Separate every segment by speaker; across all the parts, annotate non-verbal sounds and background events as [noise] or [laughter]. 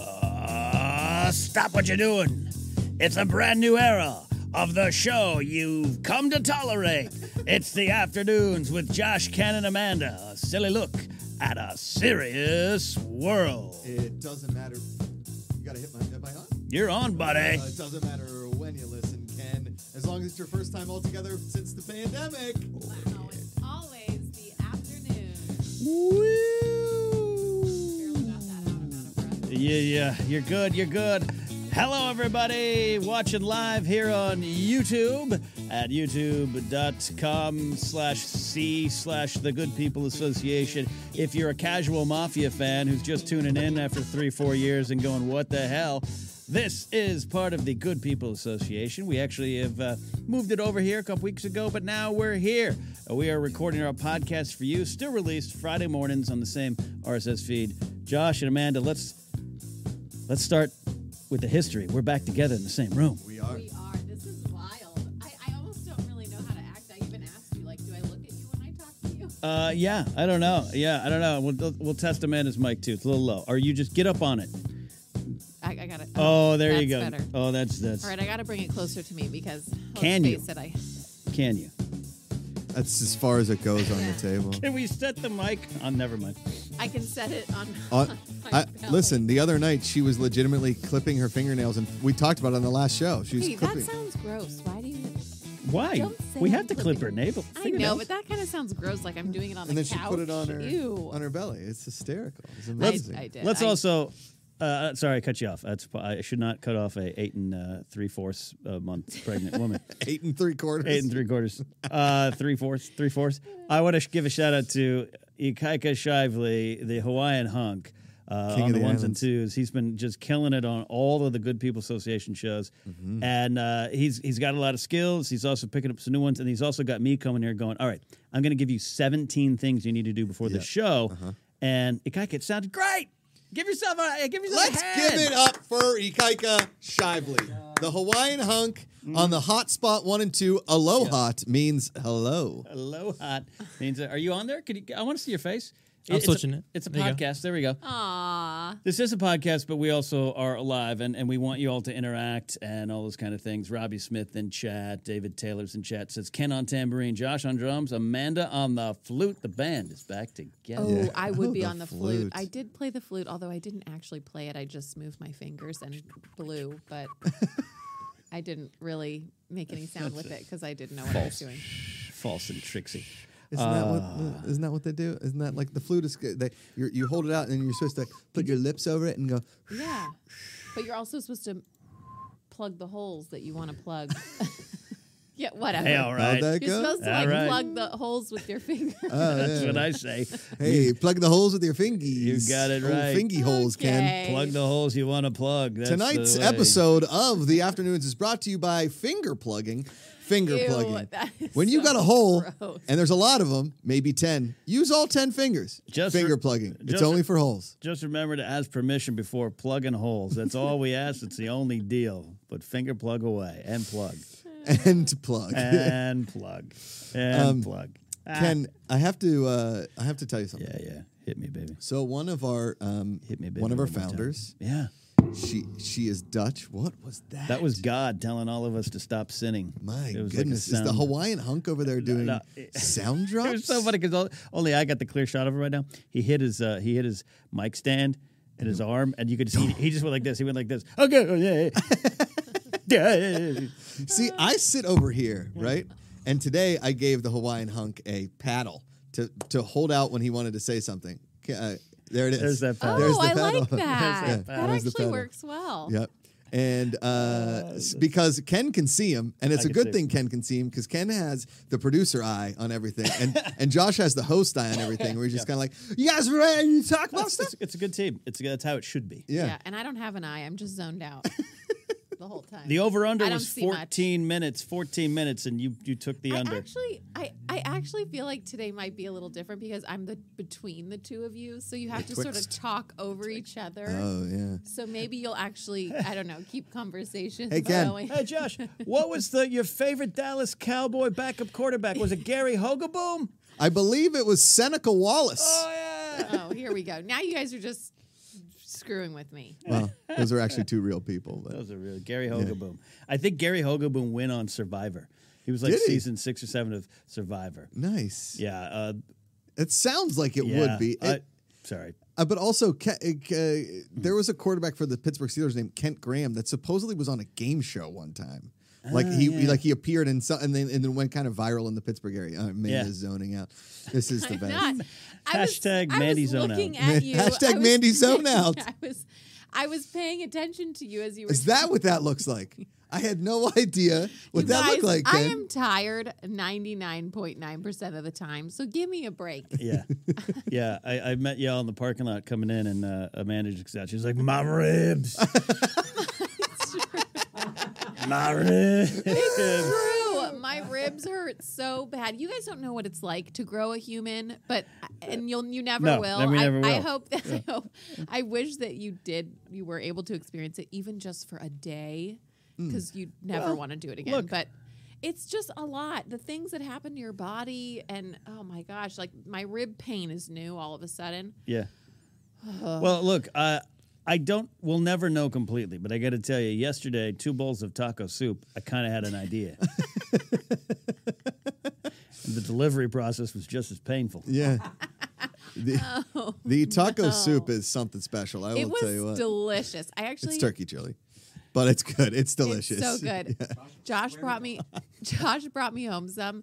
Speaker 1: Uh, Stop what you're doing. It's a brand new era of the show you've come to tolerate. It's the afternoons with Josh Ken, and Amanda. A silly look at a serious world.
Speaker 2: It doesn't matter. You gotta hit my. Am I on?
Speaker 1: You're on, buddy.
Speaker 2: Uh, it doesn't matter when you listen, Ken. As long as it's your first time altogether since the pandemic.
Speaker 1: Oh,
Speaker 3: Wow, it's always the afternoon. Barely got that out, I'm out of breath.
Speaker 1: Yeah, yeah, you're good, you're good. Hello, everybody, watching live here on YouTube at youtube.com slash C slash the Good People Association. If you're a casual Mafia fan who's just tuning in after three, four years and going, what the hell? This is part of the Good People Association. We actually have uh, moved it over here a couple weeks ago, but now we're here. Uh, We are recording our podcast for you, still released Friday mornings on the same RSS feed. Josh and Amanda, let's Let's start with the history. We're back together in the same room.
Speaker 2: We are.
Speaker 3: We are. This is wild. I, I almost don't really know how to act. I even asked you, like, do I look at you when I talk to you?
Speaker 1: Uh, yeah, I don't know. Yeah, I don't know. We'll, we'll test Amanda's mic too. It's a little low. Or you just get up on it.
Speaker 3: I, I got it.
Speaker 1: Oh, there you go.
Speaker 3: That's better.
Speaker 1: Oh, that's that's.
Speaker 3: All right, I got to bring it closer to me because let's
Speaker 1: Can you?
Speaker 3: face it, I
Speaker 1: Can you?
Speaker 2: That's as far as it goes on the
Speaker 3: [laughs]
Speaker 2: table.
Speaker 1: Can we set the mic? Oh, never mind.
Speaker 3: I can set it on.
Speaker 2: Uh,
Speaker 3: on my
Speaker 2: I,
Speaker 3: belly.
Speaker 2: listen, the other night she was legitimately clipping her fingernails, and we talked about it on the last show. She was
Speaker 3: Hey, that
Speaker 2: clipping.
Speaker 3: sounds gross. Why do you?
Speaker 1: Why?
Speaker 3: Don't say
Speaker 1: We have to
Speaker 3: clipping.
Speaker 1: clip her navel.
Speaker 3: I know,
Speaker 1: fingernails.
Speaker 3: but that kind of sounds gross. Like I'm doing it on
Speaker 2: and
Speaker 3: the
Speaker 2: then she
Speaker 3: couch.
Speaker 2: put it on her
Speaker 3: Ew.
Speaker 2: on her belly. It's hysterical. It's
Speaker 3: I,
Speaker 2: amazing.
Speaker 3: I did.
Speaker 1: Let's
Speaker 3: I-
Speaker 1: also. Uh, sorry, I cut you off. That's, I should not cut off a eight and uh, three fourths uh, month pregnant
Speaker 3: [laughs]
Speaker 1: woman.
Speaker 2: Eight and three quarters.
Speaker 1: Eight and three quarters.
Speaker 2: [laughs]
Speaker 1: Uh, three fourths. Three fourths. I want to sh- give a shout out to Ikaika Shively, the Hawaiian hunk. Uh,
Speaker 2: King
Speaker 1: on
Speaker 2: of
Speaker 1: the,
Speaker 2: the
Speaker 1: ones
Speaker 2: islands.
Speaker 1: and twos, he's been just killing it on all of the Good People Association shows,
Speaker 2: Mm-hmm.
Speaker 1: and uh, he's he's got a lot of skills. He's also picking up some new ones, and he's also got me coming here going, "All right, I'm going to give you 17 things you need to do before the show,"
Speaker 2: Uh-huh.
Speaker 1: and Ikaika, it sounded great. Give yourself a give yourself
Speaker 2: Let's
Speaker 1: a hand.
Speaker 2: give it up for Ikaika Shively, the Hawaiian hunk on the hotspot one and two. Aloha means hello.
Speaker 1: Aloha means. uh, Are you on there? Could you, I want to see your face.
Speaker 4: I'm
Speaker 1: it's
Speaker 4: switching
Speaker 1: a,
Speaker 4: it.
Speaker 1: It's a
Speaker 4: There you go.
Speaker 1: podcast. There we go.
Speaker 3: Aw.
Speaker 1: This is a podcast, but we also are alive, and, and we want you all to interact and all those kind of things. Robbie Smith in chat, David Taylor's in chat, says Ken on tambourine, Josh on drums, Amanda on the flute. The band is back together.
Speaker 3: Oh,
Speaker 2: Yeah.
Speaker 3: I would
Speaker 2: [laughs] Oh,
Speaker 3: be
Speaker 2: the
Speaker 3: on the flute.
Speaker 2: flute.
Speaker 3: I did play the flute, although I didn't actually play it. I just moved my fingers and blew,
Speaker 2: [laughs]
Speaker 3: but I didn't really make any sound with it because I didn't know what I was doing.
Speaker 2: Oh.
Speaker 1: False and Trixie.
Speaker 2: Isn't that
Speaker 1: Uh.
Speaker 2: what? Isn't that what they do? Isn't that like the flute is? They you you hold it out and you're supposed to put your lips over it and go.
Speaker 3: Yeah, but you're also supposed to plug the holes that you want to plug. [laughs] yeah, whatever.
Speaker 1: Hey, all
Speaker 2: How'd
Speaker 1: right.
Speaker 2: that
Speaker 3: You're
Speaker 2: go? Uh,
Speaker 3: supposed to
Speaker 1: All
Speaker 3: like
Speaker 1: right.
Speaker 3: plug the holes with
Speaker 2: [laughs]
Speaker 3: your [laughs] finger.
Speaker 1: That's what I say.
Speaker 2: Hey, plug the holes with your fingies. You
Speaker 1: got it right.
Speaker 2: Fingy holes, Ken.
Speaker 3: Okay.
Speaker 1: Plug the holes you want to plug. That's the
Speaker 2: Tonight's
Speaker 1: way.
Speaker 2: episode of the afternoons is brought to you by finger plugging. Finger
Speaker 3: Ew,
Speaker 2: plugging.
Speaker 3: that is
Speaker 2: When you
Speaker 3: so
Speaker 2: got a hole,
Speaker 3: gross.
Speaker 2: and there's a lot of them, maybe ten, use all ten fingers.
Speaker 1: Just
Speaker 2: finger
Speaker 1: for-
Speaker 2: plugging. It's
Speaker 1: just-
Speaker 2: only for
Speaker 3: [laughs]
Speaker 2: holes.
Speaker 1: Just remember to ask permission before plugging holes. That's all we ask. It's the only deal. But finger plug away and
Speaker 2: [laughs]
Speaker 1: plug
Speaker 2: and to plug.
Speaker 1: and plug and plug. Ah.
Speaker 2: [laughs] Um, Ken, I have to uh, I have to tell you something.
Speaker 1: Yeah, yeah. Hit me, baby.
Speaker 2: So one of our um,
Speaker 1: Hit me, baby.
Speaker 2: one of our
Speaker 1: more time.
Speaker 2: founders,
Speaker 1: Yeah.
Speaker 2: she she is Dutch. What was that?
Speaker 1: That was God telling all of us to stop sinning.
Speaker 2: my
Speaker 1: It was like a
Speaker 2: goodness. is the
Speaker 1: sound-
Speaker 2: Hawaiian hunk over there doing
Speaker 1: no, it-
Speaker 2: sound
Speaker 1: [laughs]
Speaker 2: drops?
Speaker 1: It was so funny because only I got the clear shot of it right now. He hit his uh, he hit his mic stand and his arm, and you could [laughs] see he just went like this. He went like this. Okay, oh, [laughs] yeah, yeah, yeah, yeah, yeah.
Speaker 2: See, I sit over here, right? And today I gave the Hawaiian hunk a paddle to to hold out when he wanted to say something. Ca- Uh, there it is.
Speaker 1: There's that paddle.
Speaker 3: oh,
Speaker 2: There's the
Speaker 3: I
Speaker 2: paddle. [laughs]
Speaker 3: like that.
Speaker 2: Yeah,
Speaker 3: that
Speaker 2: there's the
Speaker 3: actually
Speaker 2: paddle.
Speaker 3: works well.
Speaker 2: Yep. And uh, s- because Ken can see him, and it's
Speaker 1: Ah, I
Speaker 2: a
Speaker 1: can see
Speaker 2: good thing
Speaker 1: him.
Speaker 2: Ken can see him because Ken has the producer eye on everything,
Speaker 1: [laughs]
Speaker 2: and, and Josh has the host eye on everything. We're just kind of like, you guys ready to talk about
Speaker 1: It's,
Speaker 2: stuff?
Speaker 1: it's- it's a good team. It's that's how it should be.
Speaker 2: Yeah.
Speaker 3: yeah, and I don't have an eye. I'm just
Speaker 2: [laughs]
Speaker 3: zoned out the whole time.
Speaker 1: The over under
Speaker 3: I don't
Speaker 1: was
Speaker 3: see much.
Speaker 1: 14 minutes, 14 minutes, and you you took the
Speaker 3: I
Speaker 1: under.
Speaker 3: actually, I, I actually feel like today might be a little different because I'm the between the two of you, so you have to sort of
Speaker 2: Betwixt.
Speaker 3: talk over each other.
Speaker 2: Oh yeah.
Speaker 3: So maybe you'll actually, I don't know, keep conversations
Speaker 2: Hey, Ken.
Speaker 3: going.
Speaker 1: [laughs] Hey Josh, what was the your favorite Dallas Cowboy backup quarterback? Was it Gary Hogaboom?
Speaker 2: I believe it was Seneca Wallace.
Speaker 1: Oh yeah.
Speaker 3: Oh, here we go. Now you guys are just screwing with me.
Speaker 2: Well, those are
Speaker 1: [laughs]
Speaker 2: actually two real people. But
Speaker 1: That was a real Gary Hogaboom. I think Gary Hogaboom went on Survivor. He was like
Speaker 2: Did he?
Speaker 1: season six or seven of Survivor.
Speaker 2: nice.
Speaker 1: Yeah. Uh,
Speaker 2: It sounds like it
Speaker 1: yeah,
Speaker 2: would be.
Speaker 1: I- Mm-hmm.
Speaker 2: It-
Speaker 1: sorry.
Speaker 2: uh, but also, Ke- uh, Ke- there was a quarterback for the Pittsburgh Steelers named Kent Graham that supposedly was on a game show one time. Like he, he-
Speaker 1: Ah, yeah.
Speaker 2: like he appeared in some, and then and then went kind of viral in the Pittsburgh area. Uh, Mandy
Speaker 1: Yeah.
Speaker 2: is zoning out. This is
Speaker 3: [laughs]
Speaker 2: the
Speaker 3: I'm
Speaker 2: best.
Speaker 3: not. I was-
Speaker 1: Hashtag
Speaker 3: I was
Speaker 1: Mandy zone
Speaker 3: looking
Speaker 1: out.
Speaker 3: at you.
Speaker 2: [laughs] Hashtag
Speaker 3: I was-
Speaker 2: Mandy zone out.
Speaker 3: [laughs] I was, I was paying attention to you as you were.
Speaker 2: Is that what that looks like? I had no [laughs] idea what
Speaker 3: You
Speaker 2: that
Speaker 3: guys,
Speaker 2: looked like.
Speaker 3: I
Speaker 2: Ken.
Speaker 3: am tired 99.9% of the time, so give me a
Speaker 2: [laughs]
Speaker 3: break.
Speaker 1: Yeah. yeah. I, I met y'all in the parking lot coming in, and uh, Amanda just out. She's like, My
Speaker 2: [laughs]
Speaker 1: ribs. My ribs.
Speaker 3: True, my ribs hurt so bad. You guys don't know what it's like to grow a human, but and you'll you never
Speaker 1: No,
Speaker 3: will.
Speaker 1: then we
Speaker 3: I,
Speaker 1: never
Speaker 3: I
Speaker 1: will.
Speaker 3: hope that [laughs] I hope I wish that you did you were able to experience it even just for a day
Speaker 2: Mm.
Speaker 3: because you'd never
Speaker 1: Well,
Speaker 3: want to do it again.
Speaker 1: look.
Speaker 3: But it's just a lot. The things that happen to your body and oh my gosh, like my rib pain is new all of a sudden.
Speaker 1: Yeah. Well, look, uh, I don't, we'll never know completely, but I got to tell you, yesterday, two bowls of taco soup, I kind of had an idea. And the delivery process was just as painful.
Speaker 3: [laughs]
Speaker 2: Yeah. The, the taco soup is something special. I
Speaker 3: Oh, It
Speaker 2: will tell you
Speaker 3: was
Speaker 2: what.
Speaker 3: delicious. I actually
Speaker 2: it's turkey chili, but it's good. It's delicious. [laughs]
Speaker 3: It's so good. Josh brought me. [laughs] Josh brought me home some.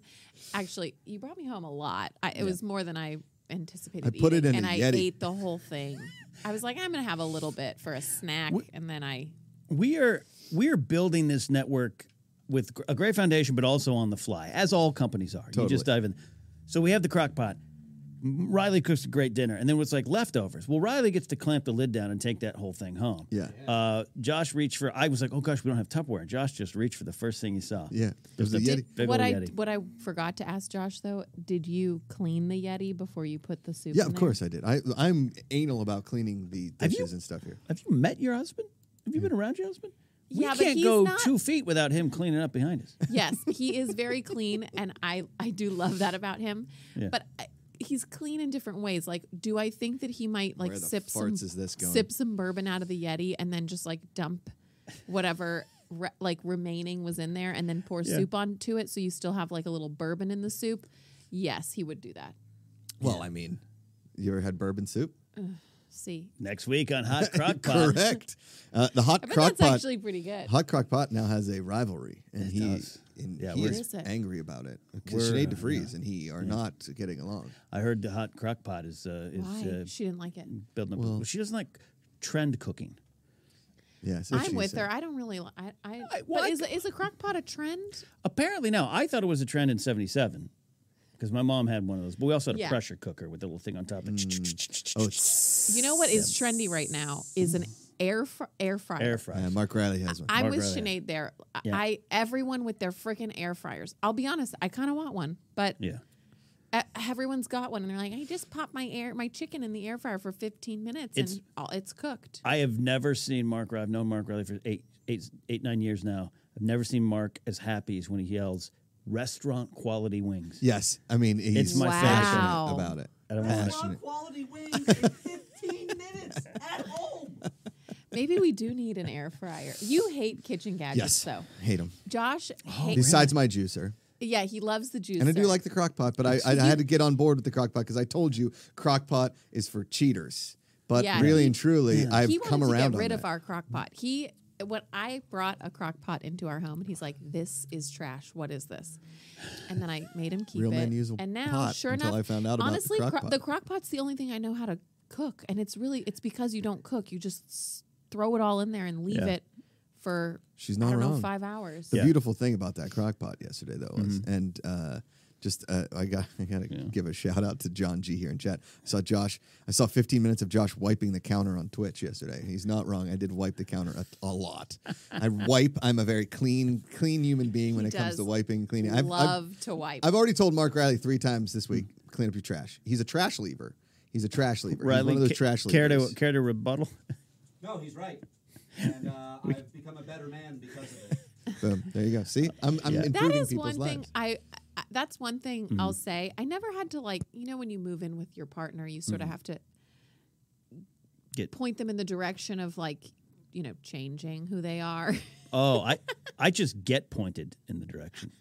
Speaker 3: Actually, you brought me home a lot. I, it was more than I anticipated.
Speaker 2: I put it
Speaker 3: eating,
Speaker 2: in
Speaker 3: and
Speaker 2: a
Speaker 3: I
Speaker 2: Yeti.
Speaker 3: ate the whole thing. I was like, I'm gonna have a little bit for a snack, and then I.
Speaker 1: we are we are building this network with gr- a great foundation, but also on the fly, as all companies are. You just
Speaker 2: Totally.
Speaker 1: dive in. So we have the crock pot. M- Riley cooks a great dinner, and then what's like leftovers. Well, Riley gets to clamp the lid down and take that whole thing home.
Speaker 2: Yeah.
Speaker 1: Uh, Josh reached for. I was like, "Oh gosh, we don't have Tupperware." And Josh just reached for the first thing he saw.
Speaker 2: Yeah. There's
Speaker 1: Just
Speaker 2: a
Speaker 1: a
Speaker 2: Yeti.
Speaker 1: big
Speaker 3: what
Speaker 1: old
Speaker 3: I
Speaker 1: Yeti.
Speaker 3: what I forgot to ask Josh though, did you clean the Yeti before you put the soup?
Speaker 2: Yeah,
Speaker 3: in
Speaker 2: of
Speaker 3: there?
Speaker 2: course I did. I I'm anal about cleaning the
Speaker 1: Have you-
Speaker 2: dishes and stuff here.
Speaker 1: Have you met your husband? Have you been around your husband? we
Speaker 3: Yeah,
Speaker 1: can't
Speaker 3: but he's
Speaker 1: go
Speaker 3: not-
Speaker 1: two feet without him cleaning up behind
Speaker 2: [laughs]
Speaker 1: us.
Speaker 3: Yes, he is very clean, and I I do love that about him.
Speaker 1: Yeah.
Speaker 3: But I, he's clean in different ways. Like, do I think that he might like
Speaker 2: Where the
Speaker 3: sip some
Speaker 2: farts is this going?
Speaker 3: sip some bourbon out of the Yeti and then just like dump whatever re- like remaining was in there and then pour soup onto it, so you still have like a little bourbon in the soup? Yes, he would do that.
Speaker 2: Well, I mean, you ever had bourbon soup?
Speaker 3: See,
Speaker 1: Next week on
Speaker 2: [laughs]
Speaker 1: Hot Crock Pot.
Speaker 2: Correct. Uh, the hot
Speaker 3: I bet
Speaker 2: crock
Speaker 3: that's
Speaker 2: pot.
Speaker 3: actually pretty good.
Speaker 2: Hot crock pot now has a rivalry, and he
Speaker 1: does.
Speaker 2: and
Speaker 1: Yeah,
Speaker 2: he
Speaker 1: we're-
Speaker 2: is
Speaker 3: Where is it?
Speaker 2: angry about it because
Speaker 1: We're,
Speaker 2: Sinead
Speaker 1: uh,
Speaker 2: DeFries and he are not getting along.
Speaker 1: I heard the Hot Crock Pot is uh, is
Speaker 3: Why?
Speaker 1: uh,
Speaker 3: she didn't like it.
Speaker 1: building up. Well, she doesn't like trend cooking.
Speaker 2: Yes,
Speaker 3: I'm with her. I don't really. Li- I. I,
Speaker 1: well, I
Speaker 3: but is a- is a crock pot a trend?
Speaker 1: Apparently, no. I thought it was a trend in '77 because my mom had one of those. But we also had a
Speaker 3: Yeah.
Speaker 1: pressure cooker with a little thing on top. Of
Speaker 2: Oh,
Speaker 3: You know what is trendy right now is an air fr- air fryer.
Speaker 1: air fryer.
Speaker 2: uh, Mark Riley has one.
Speaker 3: I'm
Speaker 1: Mark
Speaker 3: with
Speaker 1: Riley.
Speaker 3: Sinead there. I-
Speaker 1: Yeah.
Speaker 3: I everyone with their freaking air fryers. I'll be honest, I kind of want one, but
Speaker 1: yeah.
Speaker 3: e- everyone's got one, and they're like, I just popped my air my chicken in the air fryer for 15 minutes,
Speaker 1: It's-
Speaker 3: and all, it's cooked.
Speaker 1: I have never seen Mark. I've known Mark Riley for eight, eight, eight, nine years now. I've never seen Mark as happy as when he yells "restaurant quality wings."
Speaker 2: Yes, I mean he's
Speaker 1: It's my
Speaker 2: passionate
Speaker 3: Wow.
Speaker 2: about it.
Speaker 1: I don't want
Speaker 2: Passionate.
Speaker 4: Long quality wings in 15 minutes at home.
Speaker 3: Maybe we do need an air fryer. You hate kitchen
Speaker 2: Yes,
Speaker 3: gadgets, though.
Speaker 2: hate him.
Speaker 3: Josh, hate-
Speaker 2: Oh, Besides my juicer,
Speaker 3: yeah, he loves the juice.
Speaker 2: and I do like the crock pot, but I, I had to get on board with the crock pot because I told you crock pot is for cheaters. But
Speaker 3: Yeah,
Speaker 2: really
Speaker 3: he-
Speaker 2: and truly, I've
Speaker 3: he wanted
Speaker 2: come
Speaker 3: to
Speaker 2: around
Speaker 3: get rid
Speaker 2: on
Speaker 3: of
Speaker 2: that.
Speaker 3: our crock pot. He when I brought a crock pot into our home and he's like, This is trash. What is this? And then I made him keep
Speaker 2: Real
Speaker 3: it.
Speaker 2: men use a
Speaker 3: and now
Speaker 2: pot
Speaker 3: sure
Speaker 2: until
Speaker 3: enough
Speaker 2: I found out about the
Speaker 3: honestly
Speaker 2: crock
Speaker 3: cro-
Speaker 2: pot.
Speaker 3: the crock pot's the only thing I know how to cook. And it's really it's because you don't cook. You just s- throw it all in there and leave
Speaker 1: Yeah.
Speaker 3: it for
Speaker 2: She's
Speaker 3: I
Speaker 2: not
Speaker 3: don't know,
Speaker 2: wrong.
Speaker 3: five hours.
Speaker 2: The
Speaker 1: Yeah.
Speaker 2: beautiful thing about that crock pot yesterday, though, was and uh, just uh, I got I gotta give a shout out to John G here in chat. I saw Josh. I saw 15 minutes of Josh wiping the counter on Twitch yesterday. He's not wrong. I did wipe the counter a, a lot. I wipe. I'm a very clean, clean human being when
Speaker 3: He
Speaker 2: it comes to
Speaker 3: does
Speaker 2: wiping, cleaning. I've, I've,
Speaker 3: Love to wipe.
Speaker 2: I've already told Mark Riley three times this week, clean up your trash. He's a trash lever. He's a trash lever. He's one of those
Speaker 1: ca-
Speaker 2: trash
Speaker 1: care to [laughs]
Speaker 2: leavers.
Speaker 1: care to rebuttal?
Speaker 4: No, he's right. And uh, I've become a better man because of it.
Speaker 2: Boom. There you go. See, I'm, I'm improving
Speaker 3: that is
Speaker 2: people's
Speaker 3: one
Speaker 2: lives.
Speaker 3: thing I, I that's one thing I'll say. I never had to like you know when you move in with your partner, you sort of have to
Speaker 1: Get
Speaker 3: point them in the direction of like, you know, changing who they are. [laughs]
Speaker 1: oh, I I just get pointed in the direction.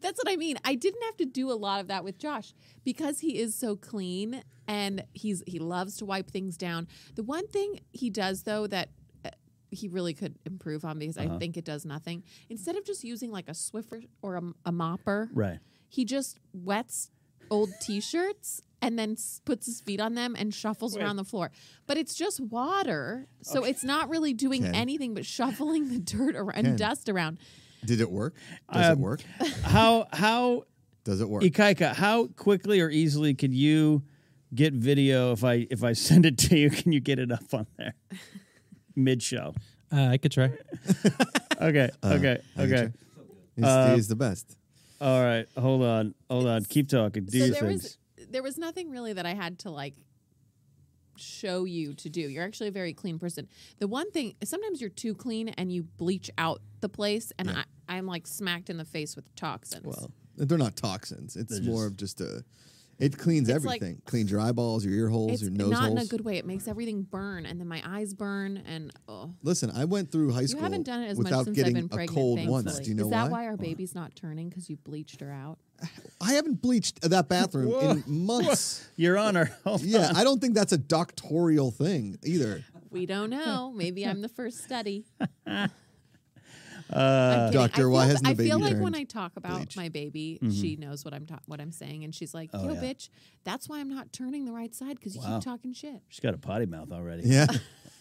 Speaker 3: That's what I mean. I didn't have to do a lot of that with Josh because he is so clean and he's he loves to wipe things down. The one thing he does though that uh, he really could improve on because
Speaker 2: Uh-huh.
Speaker 3: I think it does nothing. Instead of just using like a Swiffer or a, a mopper,
Speaker 1: Right.
Speaker 3: he just wets old t-shirts and then s- puts his feet on them and shuffles around the floor. But it's just water, so it's not really doing
Speaker 2: Ken.
Speaker 3: anything but shuffling the dirt ar- and
Speaker 2: Ken.
Speaker 3: dust around.
Speaker 2: Did it work? Does
Speaker 1: Um,
Speaker 2: it work?
Speaker 1: How how
Speaker 2: Does it work?
Speaker 1: Ikaika, how quickly or easily could you get video if I if I [laughs] send it to you? Can you get it up on there mid show?
Speaker 5: Uh, I could try.
Speaker 1: Okay, okay,
Speaker 2: I get
Speaker 1: okay.
Speaker 2: you. He's,
Speaker 1: uh,
Speaker 2: he's the best.
Speaker 1: All right, hold on, hold on. Keep talking. Do
Speaker 3: so
Speaker 1: your
Speaker 3: there
Speaker 1: things.
Speaker 3: was there was nothing really that I had to like show you to do. You're actually a very clean person. The one thing sometimes you're too clean and you bleach out the place and I, I'm like smacked in the face with toxins.
Speaker 2: Well, they're not toxins. It's more of just a. It cleans
Speaker 3: It's like-
Speaker 2: everything. cleans your eyeballs, your ear holes,
Speaker 3: it's
Speaker 2: your
Speaker 3: not
Speaker 2: nose
Speaker 3: in a
Speaker 2: holes.
Speaker 3: good way. It makes everything burn and then my eyes burn and oh
Speaker 2: Listen, I went through high school
Speaker 3: you haven't done it as much
Speaker 2: without
Speaker 3: since I've
Speaker 2: getting
Speaker 3: been
Speaker 2: a
Speaker 3: pregnant.
Speaker 2: cold
Speaker 3: thankfully.
Speaker 2: once. Do you know
Speaker 3: Is that
Speaker 2: why?
Speaker 3: why our baby's not turning? Because you bleached her out.
Speaker 2: I haven't bleached that bathroom
Speaker 1: [laughs]
Speaker 2: in months.
Speaker 1: Your Honor. [laughs] oh, Hold
Speaker 2: Yeah,
Speaker 1: on.
Speaker 2: I don't think that's a doctoral thing either.
Speaker 3: We don't know. Maybe I'm the first study.
Speaker 1: Uh,
Speaker 2: Doctor, why hasn't the
Speaker 3: I feel
Speaker 2: baby
Speaker 3: like when
Speaker 2: turned
Speaker 3: I talk about
Speaker 2: bleached?
Speaker 3: my baby,
Speaker 1: Mm-hmm.
Speaker 3: she knows what I'm ta- what I'm saying, and she's like,
Speaker 2: Oh,
Speaker 3: "Yo, bitch, that's why I'm not turning the right side because you
Speaker 1: Wow.
Speaker 3: keep talking shit."
Speaker 1: She's got a potty mouth already. [laughs]
Speaker 2: Yeah,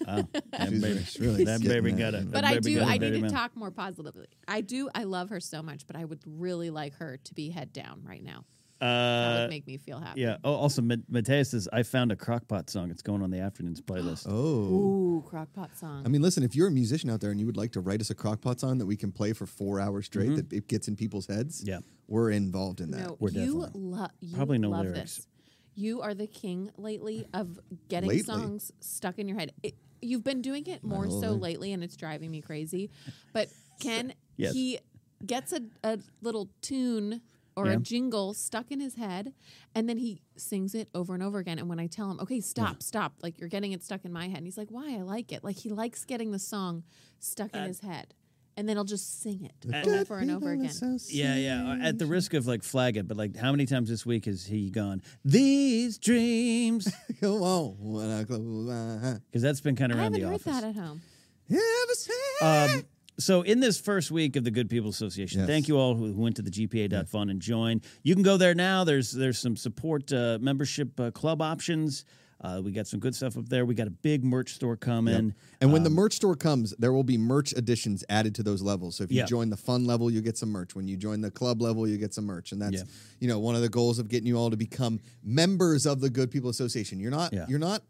Speaker 1: That
Speaker 2: She's
Speaker 1: baby,
Speaker 2: [laughs] really
Speaker 1: that
Speaker 2: getting
Speaker 1: baby
Speaker 2: that,
Speaker 1: got a.
Speaker 2: you
Speaker 1: that
Speaker 2: know.
Speaker 3: But I
Speaker 1: baby
Speaker 3: do.
Speaker 1: got a
Speaker 3: I
Speaker 1: dirty
Speaker 3: need to
Speaker 1: mouth.
Speaker 3: talk more positively. I do. I love her so much, but I would really like her to be head down right now. That
Speaker 1: Uh,
Speaker 3: would make me feel happy.
Speaker 1: yeah. Oh, also, Ma- Mateus says I found a crockpot song. It's going on the afternoon's playlist.
Speaker 2: Oh.
Speaker 3: Ooh, crockpot song.
Speaker 2: I mean, listen, if you're a musician out there and you would like to write us a crockpot song that we can play for four hours straight, that it gets in people's heads,
Speaker 1: Mm-hmm. Yeah.
Speaker 2: we're involved in that.
Speaker 3: no,
Speaker 1: We're
Speaker 3: you
Speaker 1: definitely-
Speaker 3: love. You
Speaker 1: Probably no
Speaker 3: love
Speaker 1: lyrics.
Speaker 3: this. You are the king lately of getting
Speaker 2: Lately?
Speaker 3: songs stuck in your head. It, you've been doing it more
Speaker 2: whole
Speaker 3: so
Speaker 2: life.
Speaker 3: lately, and it's driving me crazy.
Speaker 1: [laughs]
Speaker 3: But Ken,
Speaker 1: Yes.
Speaker 3: he gets a, a little tune or
Speaker 1: Yeah.
Speaker 3: a jingle stuck in his head, and then he sings it over and over again. And when I tell him, okay, stop, stop, like you're getting it stuck in my head, and he's like, why? I like it. Like he likes getting the song stuck in his head. And then he'll just sing it over and over again.
Speaker 1: Yeah, yeah. Uh, At the risk of like flag it, but like, how many times this week has he gone? These dreams,
Speaker 2: [laughs] Come on, when I close my eyes.
Speaker 1: because that's been kind of
Speaker 3: I
Speaker 1: around
Speaker 3: haven't
Speaker 1: the
Speaker 3: heard
Speaker 1: office.
Speaker 3: that at home.
Speaker 2: Ever since-
Speaker 1: Um, so in this first week of the Good People Association,
Speaker 2: Yes.
Speaker 1: thank you all who who went to the GPA.fun and joined. You can go there now. There's there's some support uh, membership uh, club options. Uh, we got some good stuff up there. We got a big merch store coming.
Speaker 2: And
Speaker 1: um,
Speaker 2: when the merch store comes, there will be merch additions added to those levels. So if you
Speaker 1: Yeah.
Speaker 2: join the fun level, you get some merch. When you join the club level, you get some merch. And that's
Speaker 1: Yeah.
Speaker 2: you know one of the goals of getting you all to become members of the Good People Association. You're not
Speaker 1: Yeah.
Speaker 2: you're not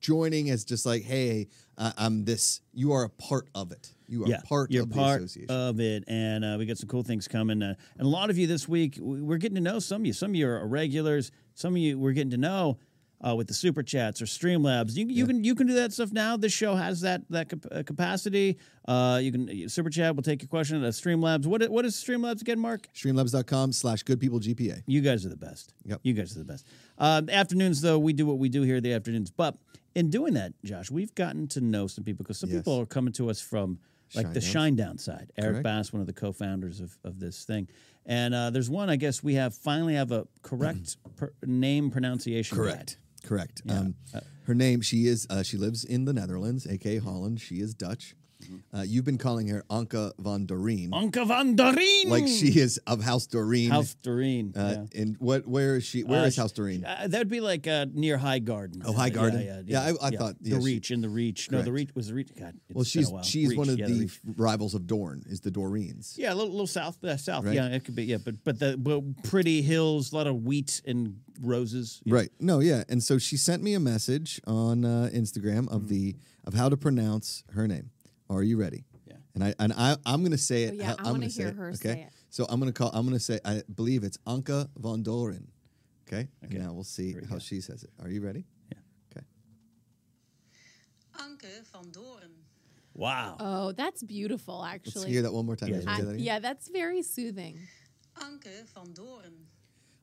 Speaker 2: joining as just like hey uh, I'm this. You are a part of it. You are
Speaker 1: yeah,
Speaker 2: part
Speaker 1: you're
Speaker 2: of
Speaker 1: part
Speaker 2: the association.
Speaker 1: of it, and uh, we got some cool things coming. Uh, and a lot of you this week, we- we're getting to know some of you. Some of you are regulars. Some of you we're getting to know uh, with the super chats or Streamlabs. You, you can you can do that stuff now. This show has that that cap- uh, capacity. Uh, you can uh, super chat. We'll take your question. Uh, Streamlabs. What i- what is Streamlabs again, Mark?
Speaker 2: Streamlabs.com slash Good People GPA.
Speaker 1: You guys are the best.
Speaker 2: Yep.
Speaker 1: You guys are the best. Um, afternoons, though, we do what we do here in the afternoons. But in doing that, Josh, we've gotten to know some people because some
Speaker 2: Yes.
Speaker 1: people are coming to us from like the Shine Down side. Eric Bass, one of the co-founders of, of this thing, and uh, there's one I guess we have finally have a
Speaker 2: [clears throat]
Speaker 1: correct per- name pronunciation. guide.
Speaker 2: Correct. Um,
Speaker 1: Uh,
Speaker 2: her name. She is. Uh, she lives in the Netherlands, aka Holland. She is Dutch.
Speaker 1: Mm-hmm.
Speaker 2: Uh, you've been calling her Anka van Doreen.
Speaker 1: Anke van Doreen.
Speaker 2: like she is of House Doreen.
Speaker 1: Mm. House Doreen. yeah.
Speaker 2: uh, And what? Where is she? Where is
Speaker 1: Uh,
Speaker 2: House Doreen?
Speaker 1: Uh, that would be like uh, near High Garden. Oh,
Speaker 2: High Garden.
Speaker 1: Yeah,
Speaker 2: Yeah, I- I thought- yeah,
Speaker 1: the
Speaker 2: she-
Speaker 1: reach in the reach. No, the
Speaker 2: Correct.
Speaker 1: reach was the reach. God, it's been
Speaker 2: well, she's
Speaker 1: a while.
Speaker 2: she's
Speaker 1: Reach,
Speaker 2: one of
Speaker 1: yeah,
Speaker 2: the
Speaker 1: Reach.
Speaker 2: f- rivals of Dorn. Is the Doreens?
Speaker 1: Yeah, a little, little south, uh, south.
Speaker 2: Right?
Speaker 1: Yeah, it could be. Yeah, but but the but pretty hills, a lot of wheat and roses. Yeah.
Speaker 2: Right. No. Yeah. And so she sent me a message on uh, Instagram of the of how to pronounce her name. Are you ready?
Speaker 1: Yeah.
Speaker 2: And I and I I'm gonna say it.
Speaker 3: Oh, yeah,
Speaker 2: how-
Speaker 3: I
Speaker 2: I'm
Speaker 3: wanna
Speaker 2: gonna say
Speaker 3: hear
Speaker 2: it,
Speaker 3: her
Speaker 2: okay?
Speaker 3: say it.
Speaker 2: So I'm gonna call. I'm gonna say. I believe it's Anka von Doren. Okay. And Now we'll see how she says it. Are you ready? Yeah. Okay.
Speaker 6: Anke van Doren.
Speaker 1: Wow.
Speaker 3: Oh, that's beautiful,
Speaker 2: Let's
Speaker 3: actually.
Speaker 2: hear that one more time.
Speaker 1: Yeah.
Speaker 2: Can you
Speaker 3: I-
Speaker 2: say that again?
Speaker 3: yeah, that's very soothing.
Speaker 6: Anke van Doren.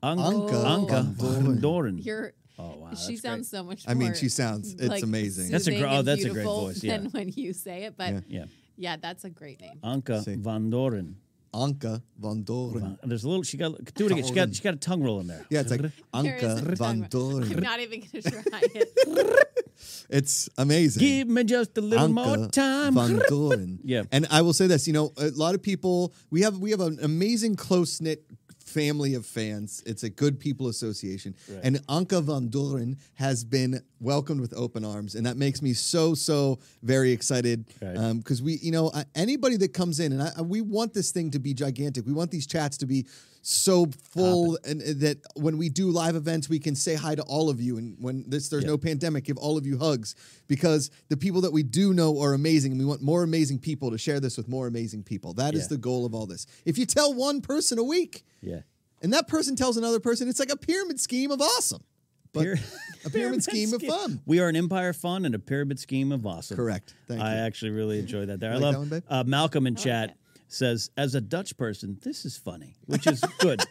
Speaker 1: Anke,
Speaker 2: Anke
Speaker 1: Anke
Speaker 2: van Doren.
Speaker 1: van Doren.
Speaker 3: You're
Speaker 1: Oh wow,
Speaker 3: she
Speaker 1: that's
Speaker 3: sounds so much.
Speaker 2: I mean,
Speaker 3: more,
Speaker 2: she sounds- it's
Speaker 3: like,
Speaker 2: amazing. That's
Speaker 1: a gr-
Speaker 3: soothing
Speaker 1: oh,
Speaker 3: and
Speaker 1: that's a great
Speaker 3: beautiful
Speaker 1: voice, yeah.
Speaker 3: Than when you say it, but
Speaker 2: Yeah.
Speaker 3: yeah,
Speaker 1: great. Yeah,
Speaker 3: that's a great name.
Speaker 1: Anka
Speaker 2: See.
Speaker 1: van Doren.
Speaker 2: Anka van Doren.
Speaker 1: Wow, There's a little. She got. Do it again. She got. She got a tongue roll in there.
Speaker 2: Yeah, it's like
Speaker 3: There is a
Speaker 2: Anka
Speaker 3: tongue
Speaker 2: van
Speaker 3: roll. I'm
Speaker 2: Doren.
Speaker 3: not even gonna [laughs]
Speaker 2: [laughs]
Speaker 3: try it.
Speaker 2: It's amazing.
Speaker 1: Give me just a little more time. [laughs]
Speaker 2: Van Doren.
Speaker 1: Yeah.
Speaker 2: And I will say this, you know, a lot of people we have we have an amazing close knit family of fans. It's a good people association. And Anka Van Doren has been welcomed with open arms and that makes me so so very excited
Speaker 1: Right.
Speaker 2: because we you know uh, anybody that comes in and I, I- we want this thing to be gigantic. We want these chats to be so full and uh, that when we do live events we can say hi to all of you and when this there's
Speaker 1: Yeah.
Speaker 2: no pandemic give all of you hugs because the people that we do know are amazing and we want more amazing people to share this with more amazing people That is
Speaker 1: Yeah.
Speaker 2: the goal of all this if you tell one person a week
Speaker 1: Yeah.
Speaker 2: and that person tells another person it's like a pyramid scheme of awesome but
Speaker 1: Pyra-
Speaker 2: a pyramid, scheme, of fun
Speaker 1: We are an empire fun and a pyramid scheme of awesome.
Speaker 2: Correct. Thank
Speaker 1: I
Speaker 2: you.
Speaker 1: actually really enjoy that. There, I
Speaker 2: like
Speaker 1: love
Speaker 2: that one, babe?
Speaker 1: Uh, Malcolm in chat says, as a Dutch person, this is funny, which is good.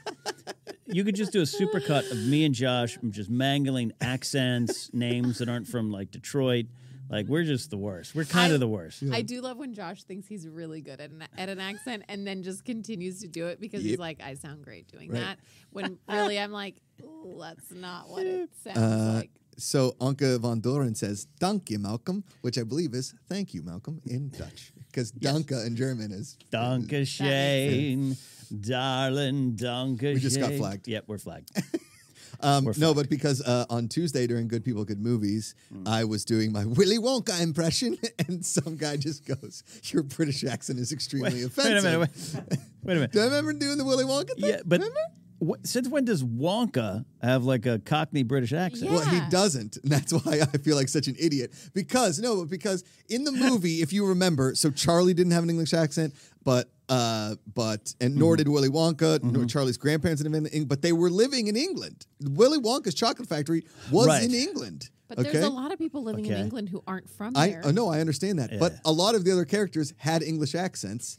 Speaker 1: you could just do a supercut of me and Josh just mangling accents, names that aren't from like Detroit. Like we're just the worst. We're kind
Speaker 3: I-
Speaker 1: of the worst.
Speaker 3: I do love when Josh thinks he's really good at an, at an accent and then just continues to do it because he's
Speaker 2: Yep.
Speaker 3: like, I sound great doing
Speaker 2: Right.
Speaker 3: that. When really I'm like, "Ooh, that's not what
Speaker 2: [laughs]
Speaker 3: it
Speaker 2: Uh,
Speaker 3: sounds like.
Speaker 2: so Anke van Doren says "Dank je, Malcolm," which I believe is "Thank you, Malcolm" in Dutch, because "Danke" in German is
Speaker 1: Danke Shane, darling, Danke
Speaker 2: We just got flagged.
Speaker 1: Yep, we're flagged.
Speaker 2: Um, no, but because uh, on Tuesday during Good People Good Movies,
Speaker 1: Hmm.
Speaker 2: I was doing my [laughs] Willy Wonka impression, [laughs] and some guy just goes, "Your British accent is extremely
Speaker 1: wait, wait a
Speaker 2: [laughs] offensive."
Speaker 1: minute. Wait, wait a minute.
Speaker 2: Do I remember doing the Willy Wonka thing?
Speaker 1: Yeah, but
Speaker 2: remember?
Speaker 1: wh- since when does Wonka have like a Cockney British accent?
Speaker 3: Yeah.
Speaker 2: Well, he doesn't. [laughs] And that's why I feel like such an idiot. Because no, because in
Speaker 1: [laughs]
Speaker 2: the movie, if you remember, so Charlie didn't have an English accent, but uh, but and
Speaker 1: Mm-hmm.
Speaker 2: nor did Willy Wonka. Nor Charlie's grandparents didn't have anything, but they were living in England. Willy Wonka's chocolate factory was
Speaker 1: Right.
Speaker 2: in England.
Speaker 3: But
Speaker 2: okay?
Speaker 3: there's a lot of people living
Speaker 1: Okay.
Speaker 3: in England who aren't from
Speaker 2: I
Speaker 3: there.
Speaker 2: uh, no, I understand that, but
Speaker 1: Yeah.
Speaker 2: a lot of the other characters had English accents,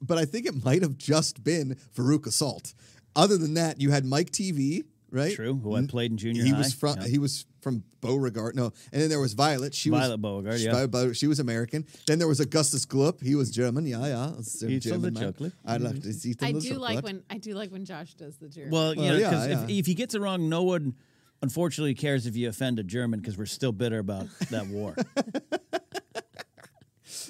Speaker 2: but I think it might have just been Farouk Assault. Other than that, you had Mike TV, right?
Speaker 1: True, who I played in junior
Speaker 2: he
Speaker 1: high.
Speaker 2: was from
Speaker 1: Yeah.
Speaker 2: he was from Beauregard. No, and then there was Violet. She was
Speaker 1: Violet Beauregard,
Speaker 2: She,
Speaker 1: yeah.
Speaker 2: Bo- she was American. Then there was Augustus Gloop. He was German. Yeah, yeah. It's a
Speaker 1: Eat some of the
Speaker 2: man.
Speaker 1: chocolate. Mm-hmm.
Speaker 2: I like to eat some
Speaker 3: I do
Speaker 2: of the
Speaker 3: like
Speaker 2: chocolate.
Speaker 3: when I do like when Josh does the German.
Speaker 1: Well, you
Speaker 2: Well,
Speaker 1: know,
Speaker 2: yeah,
Speaker 1: 'cause If,
Speaker 2: yeah.
Speaker 1: if he gets it wrong, no one unfortunately cares if you offend a German because we're still bitter about that war,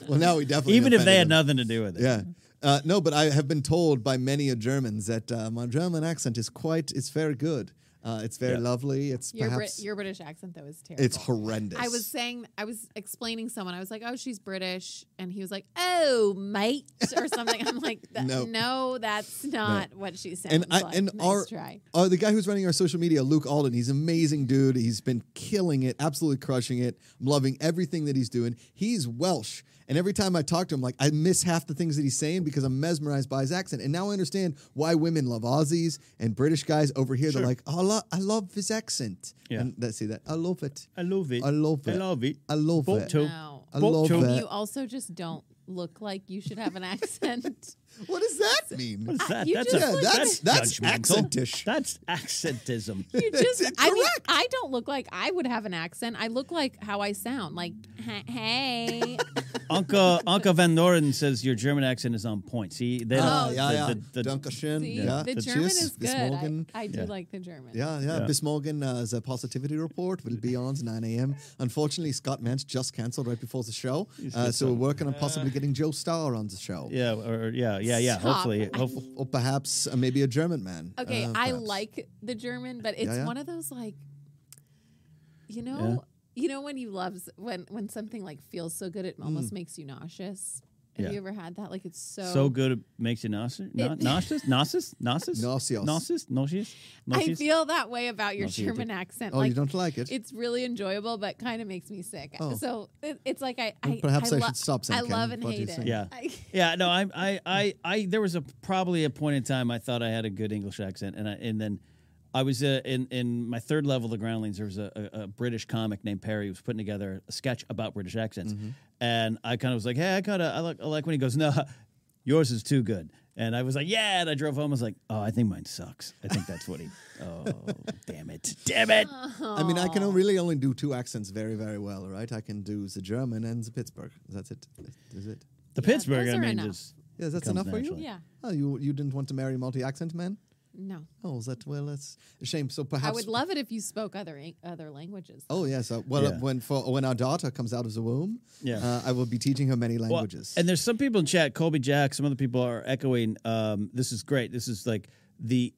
Speaker 2: Well, now we definitely
Speaker 1: even if they
Speaker 2: offended
Speaker 1: had
Speaker 2: him.
Speaker 1: nothing to do with it.
Speaker 3: Mm-hmm.
Speaker 2: Yeah. Uh, no, but I have been told by many a Germans that uh, my German accent is quite, it's very good. Uh, it's very
Speaker 1: Yeah.
Speaker 2: lovely. It's
Speaker 3: your, Brit-
Speaker 2: perhaps,
Speaker 3: your British accent though is terrible.
Speaker 2: it's horrendous.
Speaker 3: I was saying, I was explaining someone. I was like, "Oh, she's British," and he was like, "Oh, mate," or something. I'm like, "Th-
Speaker 2: No.
Speaker 3: "No, that's not what she sounds
Speaker 2: and I
Speaker 3: like."
Speaker 2: and
Speaker 3: nice
Speaker 2: our,
Speaker 3: try.
Speaker 2: our- the guy who's running our social media, Luke Alden, he's an amazing dude. He's been killing it, absolutely crushing it. I'm loving everything that he's doing. He's Welsh, and every time I talk to him, like I miss half the things that he's saying because I'm mesmerized by his accent. And now I understand why women love Aussies and British guys over here. They're like, oh, I, lo- I love his accent.
Speaker 1: Yeah.
Speaker 2: and that's see that I love it.
Speaker 1: I love it.
Speaker 2: I love it.
Speaker 1: I love it.
Speaker 2: I love
Speaker 1: Boat
Speaker 2: it.
Speaker 1: tow.
Speaker 3: No.
Speaker 2: I
Speaker 1: Boat
Speaker 2: love
Speaker 1: tow.
Speaker 2: that.
Speaker 3: You also just don't look like you
Speaker 2: [laughs]
Speaker 3: should have an accent.
Speaker 2: What does that
Speaker 3: [laughs]
Speaker 2: mean?
Speaker 1: What is that?
Speaker 3: you
Speaker 1: that's
Speaker 3: just
Speaker 1: a,
Speaker 3: look
Speaker 2: that's- that's
Speaker 1: judgmental.
Speaker 2: accentish.
Speaker 1: That's accentism.
Speaker 3: You
Speaker 2: That's
Speaker 3: just, I mean,
Speaker 2: incorrect.
Speaker 3: I don't look like I would have an accent. I look like how I sound. Like, "H- hey,
Speaker 2: [laughs]
Speaker 1: Anka Anka Van Noren says your German accent is on point. See, they don't.
Speaker 2: Ah, yeah,
Speaker 1: the-
Speaker 2: yeah.
Speaker 1: the- the-
Speaker 2: Dankeschön.
Speaker 3: Oh, See,
Speaker 2: yeah.
Speaker 3: the
Speaker 2: Tschüss.
Speaker 3: German is
Speaker 2: Bis
Speaker 3: good. I,
Speaker 2: morgen.
Speaker 3: I do
Speaker 1: Yeah.
Speaker 3: like the German.
Speaker 2: Yeah, yeah.
Speaker 1: Yeah.
Speaker 2: This morning, uh, the positivity report will be [laughs] on 9 a.m. Unfortunately, Scott Mance just cancelled right before the show. Uh,
Speaker 1: did
Speaker 2: so we're working on possibly getting Joe Starr on the show.
Speaker 1: yeah, or, or- yeah, yeah, yeah.
Speaker 3: Stop.
Speaker 1: Hopefully,
Speaker 3: I-
Speaker 1: hopefully.
Speaker 2: Or perhaps uh, maybe a German man.
Speaker 3: Okay,
Speaker 2: Uh,
Speaker 3: I
Speaker 2: perhaps.
Speaker 3: like the German, but it's
Speaker 2: yeah.
Speaker 3: one of those like, you know, you know when you love s- when when something like feels so good it
Speaker 2: Mm.
Speaker 3: almost makes you nauseous. Have
Speaker 1: Yeah.
Speaker 3: you ever had that? Like it's so
Speaker 1: so good it makes you nauseous. Na-
Speaker 3: It-
Speaker 1: nauseous? Nauseous? Nauseous?
Speaker 2: Nauseous.
Speaker 1: Nauseous? Nauseous?
Speaker 3: I
Speaker 1: Nauseous?
Speaker 3: feel that way about your
Speaker 1: Nauseated.
Speaker 3: German accent.
Speaker 2: Oh,
Speaker 3: like
Speaker 2: you don't like it?
Speaker 3: it's really enjoyable, but kind of makes me sick.
Speaker 2: Oh.
Speaker 3: So it, it's like I,
Speaker 2: Well,
Speaker 3: I
Speaker 2: perhaps
Speaker 3: I
Speaker 2: I
Speaker 3: lo-
Speaker 2: should stop saying
Speaker 3: I
Speaker 2: Ken.
Speaker 3: love and
Speaker 2: What do you
Speaker 3: hate it.
Speaker 2: think?
Speaker 1: Yeah.
Speaker 3: [laughs] I,
Speaker 1: yeah, no, I, I, I, I, there was a probably a point in time I thought I had a good English accent, and I, and then I was uh, in in my third level of the Groundlings. There was a, a, a British comic named Perry who was putting together a sketch about British accents, and I kind of was like, hey, I kind of I like, I like when he goes, no, [laughs] yours is too good, and I was like, yeah, and I drove home, I was like, [laughs] oh, I think mine sucks. I think that's what he. Oh, damn Damn it. Damn it.
Speaker 2: I mean, I can o- really only do two accents very, very well, right? I can do the German and the Pittsburgh. That's it. Is it?
Speaker 1: The Pittsburgh,
Speaker 3: those
Speaker 1: I
Speaker 3: are
Speaker 1: mean,
Speaker 3: enough.
Speaker 1: just.
Speaker 2: Yeah, that's
Speaker 1: Comes
Speaker 2: enough for you.
Speaker 1: naturally.
Speaker 3: Yeah.
Speaker 2: Oh, you you didn't want to marry multi-accent man?
Speaker 3: No.
Speaker 2: Oh, is that well, that's a shame. So perhaps
Speaker 3: I would love it if you spoke other other languages.
Speaker 2: Oh yes. Uh, well, uh,
Speaker 1: Yeah.
Speaker 2: when for when our daughter comes out of the womb,
Speaker 1: Yeah.
Speaker 2: uh, I will be teaching her many
Speaker 1: Well,
Speaker 2: languages.
Speaker 1: and there's some people in chat, Colby Jack, some other people are echoing. Um, this is great. This is like the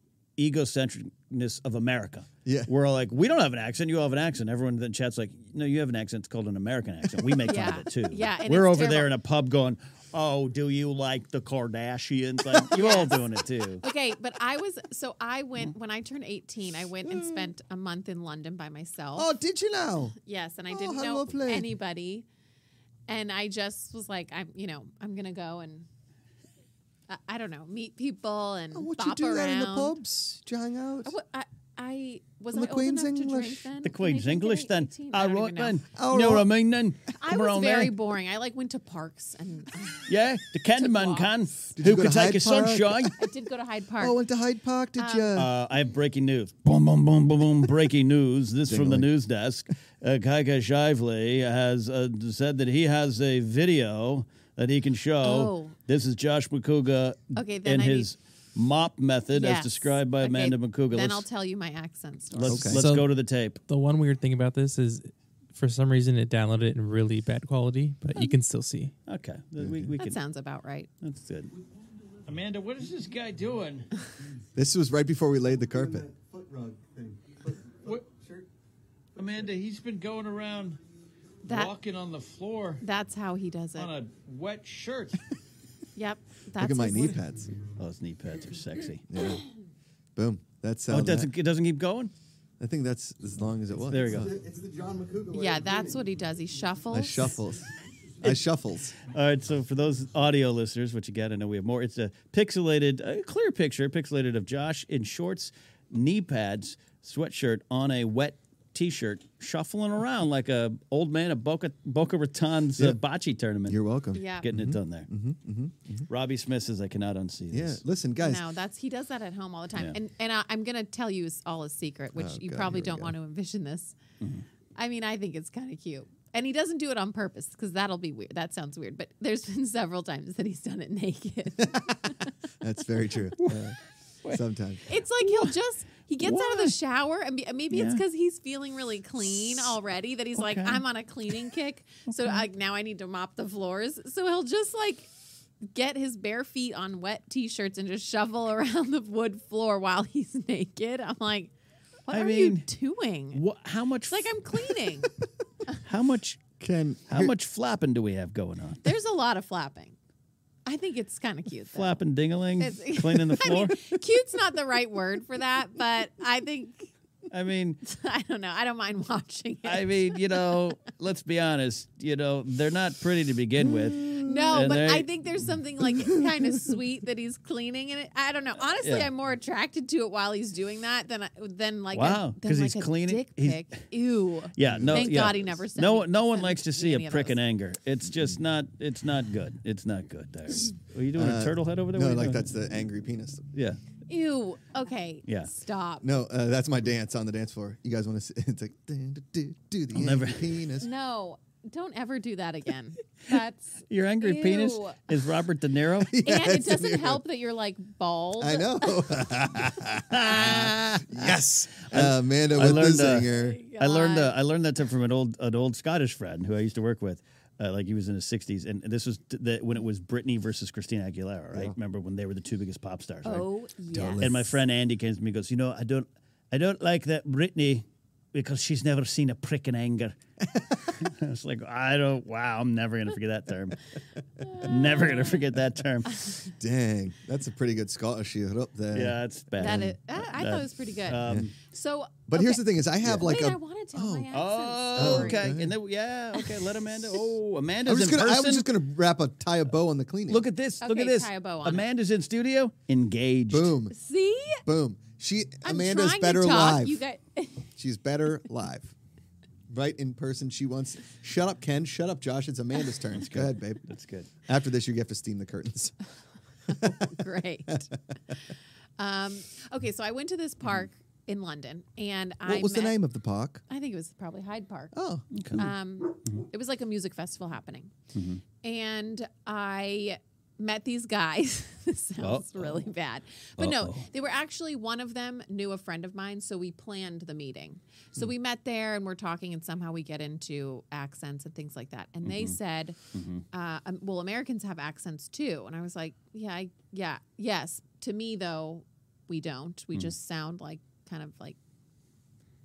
Speaker 1: egocentricness of America.
Speaker 2: Yeah.
Speaker 1: We're all like, we don't have an accent. You all have an accent. Everyone in the chat's like, no, you have an accent. It's called an American accent. We make fun of
Speaker 3: Yeah.
Speaker 1: it too.
Speaker 3: Yeah, and
Speaker 1: We're
Speaker 3: it's
Speaker 1: over there
Speaker 3: terrible.
Speaker 1: in a pub going, oh, do you like the Kardashians?
Speaker 3: [laughs]
Speaker 1: Like, you're all doing it too.
Speaker 3: Okay, but I was so I
Speaker 2: Mm.
Speaker 3: went when I turned 18, I went and spent a month in London by myself.
Speaker 2: oh, did you now?
Speaker 3: Yes, and I
Speaker 2: Oh,
Speaker 3: didn't
Speaker 2: how
Speaker 3: know
Speaker 2: lovely.
Speaker 3: anybody. And I just was like, I'm, you know, I'm gonna go and I, I don't know, meet people and
Speaker 2: Oh, what you
Speaker 3: bop
Speaker 2: do
Speaker 3: around.
Speaker 2: that in the pubs? Did you hang out?
Speaker 3: I, wa- I, I was
Speaker 2: The
Speaker 3: I
Speaker 2: Queen's
Speaker 3: old enough to
Speaker 2: English.
Speaker 3: drink then?
Speaker 1: The
Speaker 3: Can I
Speaker 1: Queen's
Speaker 3: drink at
Speaker 1: English then.
Speaker 3: 18? I
Speaker 1: All
Speaker 3: don't
Speaker 1: right
Speaker 3: even know.
Speaker 1: then. eh?
Speaker 2: All
Speaker 1: You know what I
Speaker 2: right.
Speaker 1: mean then?
Speaker 3: I
Speaker 1: We're
Speaker 3: was
Speaker 1: on
Speaker 3: very
Speaker 1: there.
Speaker 3: boring. I like went to parks and
Speaker 1: Yeah,
Speaker 3: [laughs]
Speaker 1: the Candyman
Speaker 3: walks.
Speaker 1: can.
Speaker 2: Did you
Speaker 1: Who
Speaker 2: go
Speaker 1: could
Speaker 2: to
Speaker 1: take
Speaker 2: Hyde
Speaker 1: a
Speaker 2: Park?
Speaker 1: sunshine? [laughs]
Speaker 3: I did go to Hyde Park.
Speaker 2: oh, went to Hyde Park,
Speaker 3: Um,
Speaker 2: did you?
Speaker 1: Uh, I have breaking news. Boom, boom, boom, boom, boom. Breaking news. This from the
Speaker 2: Ding-a-ling.
Speaker 1: news desk. Uh, Kaika Shively has uh, said that he has a video that he can show.
Speaker 3: Oh.
Speaker 1: This is Josh McCouga
Speaker 3: Okay, then
Speaker 1: and
Speaker 3: I need-
Speaker 1: his mop method
Speaker 3: Yes.
Speaker 1: as described by
Speaker 3: Okay,
Speaker 1: Amanda McCouga.
Speaker 3: Then
Speaker 1: Let's,
Speaker 3: I'll tell you my accent story.
Speaker 1: let's,
Speaker 2: Okay.
Speaker 1: let's
Speaker 5: So-
Speaker 1: go to the tape.
Speaker 5: The one weird thing about this is, for some reason, it downloaded it in really bad quality, but you can still see.
Speaker 1: Okay. th- We, we
Speaker 3: That
Speaker 1: can.
Speaker 3: sounds about right.
Speaker 1: That's good.
Speaker 6: Amanda, what is this guy doing?
Speaker 2: this was right before we laid the carpet.
Speaker 4: Foot rug thing. Foot,
Speaker 6: What?
Speaker 4: shirt.
Speaker 6: Amanda, he's been going around
Speaker 3: That
Speaker 6: walking on the floor
Speaker 3: that's how he does it.
Speaker 6: on a wet shirt.
Speaker 3: yep. That's
Speaker 2: Look at my
Speaker 3: his-
Speaker 2: knee pads.
Speaker 1: Oh, his knee pads are sexy.
Speaker 2: Yeah. Boom. That's
Speaker 1: Oh,
Speaker 2: how.
Speaker 1: it
Speaker 2: that,
Speaker 1: doesn't, it doesn't keep going?
Speaker 2: I think that's as long as it was.
Speaker 1: There we go.
Speaker 4: It's the- It's the John McCougar. way
Speaker 3: Yeah,
Speaker 4: of
Speaker 3: that's
Speaker 4: doing
Speaker 3: what he does. He shuffles.
Speaker 2: I shuffles. I shuffles.
Speaker 1: All right, so for those audio listeners, which again I know we have more, it's a pixelated, a clear picture, pixelated of Josh in shorts, knee pads, sweatshirt on a wet t-shirt, shuffling around like a old man at Boca Boca Raton's uh,
Speaker 2: Yeah.
Speaker 1: bocce tournament.
Speaker 2: You're Mm-hmm. welcome.
Speaker 3: Yeah.
Speaker 1: getting it done there. Robbie Smith says, "I cannot unsee
Speaker 2: Mm-hmm. Yeah.
Speaker 1: this."
Speaker 2: Listen, guys.
Speaker 3: No, that's he does that at home all the time.
Speaker 1: Yeah.
Speaker 3: And and I, I'm gonna tell you is all a secret, which
Speaker 2: Oh,
Speaker 3: you
Speaker 2: God,
Speaker 3: probably
Speaker 2: here we
Speaker 3: don't
Speaker 2: go. Mm-hmm.
Speaker 3: want to envision this. I mean, I think it's kind of cute. And he doesn't do it on purpose because that'll be weird. That sounds weird. But there's been several times that he's done it [laughs] naked.
Speaker 2: That's
Speaker 1: [laughs]
Speaker 2: very true. Uh, sometimes.
Speaker 3: it's like he'll just he gets out of
Speaker 1: Why?
Speaker 3: the shower and be, maybe it's
Speaker 1: Yeah.
Speaker 3: because he's feeling really clean already that he's like
Speaker 1: Okay.
Speaker 3: I'm on a cleaning kick. So like now I need to mop the floors. So he'll just like get his bare feet on wet t-shirts and just shovel [laughs] around the wood floor while he's [laughs] naked. I'm like, what
Speaker 1: I
Speaker 3: are
Speaker 1: mean,
Speaker 3: you doing?
Speaker 1: What, how much?
Speaker 3: It's like
Speaker 1: [laughs]
Speaker 3: I'm cleaning.
Speaker 1: how much?
Speaker 2: Can
Speaker 1: How
Speaker 2: here-
Speaker 1: much flapping do we have going on?
Speaker 3: There's a lot of flapping. I think it's kind of cute. Though.
Speaker 1: Flapping, dingaling,
Speaker 3: It's- [laughs]
Speaker 1: cleaning the
Speaker 3: I
Speaker 1: floor.
Speaker 3: mean, cute's not the right word for that, but I think [laughs]
Speaker 1: I mean
Speaker 3: I don't know. I don't mind watching it.
Speaker 1: I mean, you know, let's be honest. You know, they're not pretty to begin with.
Speaker 3: No,
Speaker 1: And
Speaker 3: but
Speaker 1: they-
Speaker 3: I think there's something like kind of sweet that he's cleaning and it. I don't know. Honestly,
Speaker 1: Yeah.
Speaker 3: I'm more attracted to it while he's doing that than I- than like a-
Speaker 1: Wow,
Speaker 3: than
Speaker 1: 'cause
Speaker 3: like
Speaker 1: he's
Speaker 3: a
Speaker 1: cleaning-
Speaker 3: Dick
Speaker 1: he's-
Speaker 3: pic. Ew.
Speaker 1: Yeah, no.
Speaker 3: Mm. Thank
Speaker 1: yeah.
Speaker 3: God he never sent
Speaker 1: No,
Speaker 3: me-
Speaker 1: no one
Speaker 3: sent
Speaker 1: likes
Speaker 3: me
Speaker 1: to see
Speaker 3: any
Speaker 1: a
Speaker 3: of
Speaker 1: prick in
Speaker 3: those.
Speaker 1: anger. It's just not. It's not good. It's not good. There.
Speaker 3: Mm.
Speaker 1: Are you doing a
Speaker 2: Uh,
Speaker 1: turtle head over there? What
Speaker 2: No,
Speaker 1: are you
Speaker 2: like
Speaker 1: doing?
Speaker 2: that's the angry penis.
Speaker 1: Yeah.
Speaker 3: Ew. Okay.
Speaker 1: Yeah.
Speaker 3: Stop.
Speaker 2: No, uh, that's my dance on the dance floor. You guys want to? [laughs] It's like do, do, do, do the
Speaker 1: never-
Speaker 2: angry penis.
Speaker 3: No, Don't ever do that
Speaker 1: [laughs]
Speaker 3: again. That's
Speaker 1: Your angry penis
Speaker 3: Ew. Oh
Speaker 1: is Robert De
Speaker 2: [laughs]
Speaker 1: Niro.
Speaker 3: and it doesn't help that you're like bald.
Speaker 2: I know. yes,
Speaker 1: [laughs]
Speaker 2: Amanda
Speaker 1: I
Speaker 2: with the
Speaker 1: learned, uh,
Speaker 2: zinger.
Speaker 1: I learned
Speaker 3: God.
Speaker 1: uh, I learned that term from an old an old Scottish friend who I used to work with. Uh, like he was in his 60s, and this was t- the, when it was Britney versus Christina Aguilera, right? Remember when they were the two biggest pop stars? right?
Speaker 3: Oh yes.
Speaker 2: Darling.
Speaker 1: And my friend Andy came to me and goes, You know, I don't I don't like that Britney because she's never seen a prick in anger. [laughs] I was like, I don't wow, I'm never gonna forget that term. never gonna forget that term.
Speaker 2: Dang, that's a pretty good Scottish you're up there.
Speaker 1: Yeah, it's bad.
Speaker 3: That is, I, I thought it was pretty good.
Speaker 1: um,
Speaker 3: so,
Speaker 2: But here's the
Speaker 3: okay.
Speaker 2: thing: is I have like
Speaker 3: Wait, I
Speaker 2: a.
Speaker 3: want to tell my accent
Speaker 1: Oh,
Speaker 3: story.
Speaker 1: okay. And then yeah, okay, let
Speaker 3: [laughs]
Speaker 1: Amanda Oh,
Speaker 2: I'm
Speaker 1: Amanda's
Speaker 2: just
Speaker 1: in
Speaker 2: gonna. I
Speaker 1: person.
Speaker 2: was just gonna wrap a tie a bow on the cleaning.
Speaker 1: Look at this. Look
Speaker 3: Okay,
Speaker 1: at this.
Speaker 3: tie a bow on it.
Speaker 1: Amanda's in studio, engaged.
Speaker 2: boom,
Speaker 3: See,
Speaker 2: boom. She
Speaker 3: I'm
Speaker 2: Amanda's
Speaker 3: trying
Speaker 2: better
Speaker 3: to talk.
Speaker 2: live.
Speaker 3: You [laughs] guys.
Speaker 2: She's better live. Right in person, she wants. Shut up, Ken. Shut up, Josh. It's Amanda's turn. Go ahead, babe.
Speaker 1: That's good.
Speaker 2: After this, you have to steam the curtains.
Speaker 3: Great. um, okay, so I went to this park in London, and I
Speaker 2: What was the
Speaker 3: met-
Speaker 2: name of the park?
Speaker 3: I think it was probably Hyde Park.
Speaker 2: Oh,
Speaker 3: Um, It was like a music festival happening, and I met these guys. [laughs] this sounds really bad, but no,
Speaker 1: Uh-oh.
Speaker 3: they were actually one of them knew a friend of mine, so we planned the meeting. So we met there and we're talking, and somehow we get into accents and things like that. And they
Speaker 1: Mm-hmm.
Speaker 3: said, uh, um, "Well, Americans have accents too," and I was like, "Yeah, I, yeah, yes." To me, though, we don't.
Speaker 1: Mm.
Speaker 3: We just sound like kind of like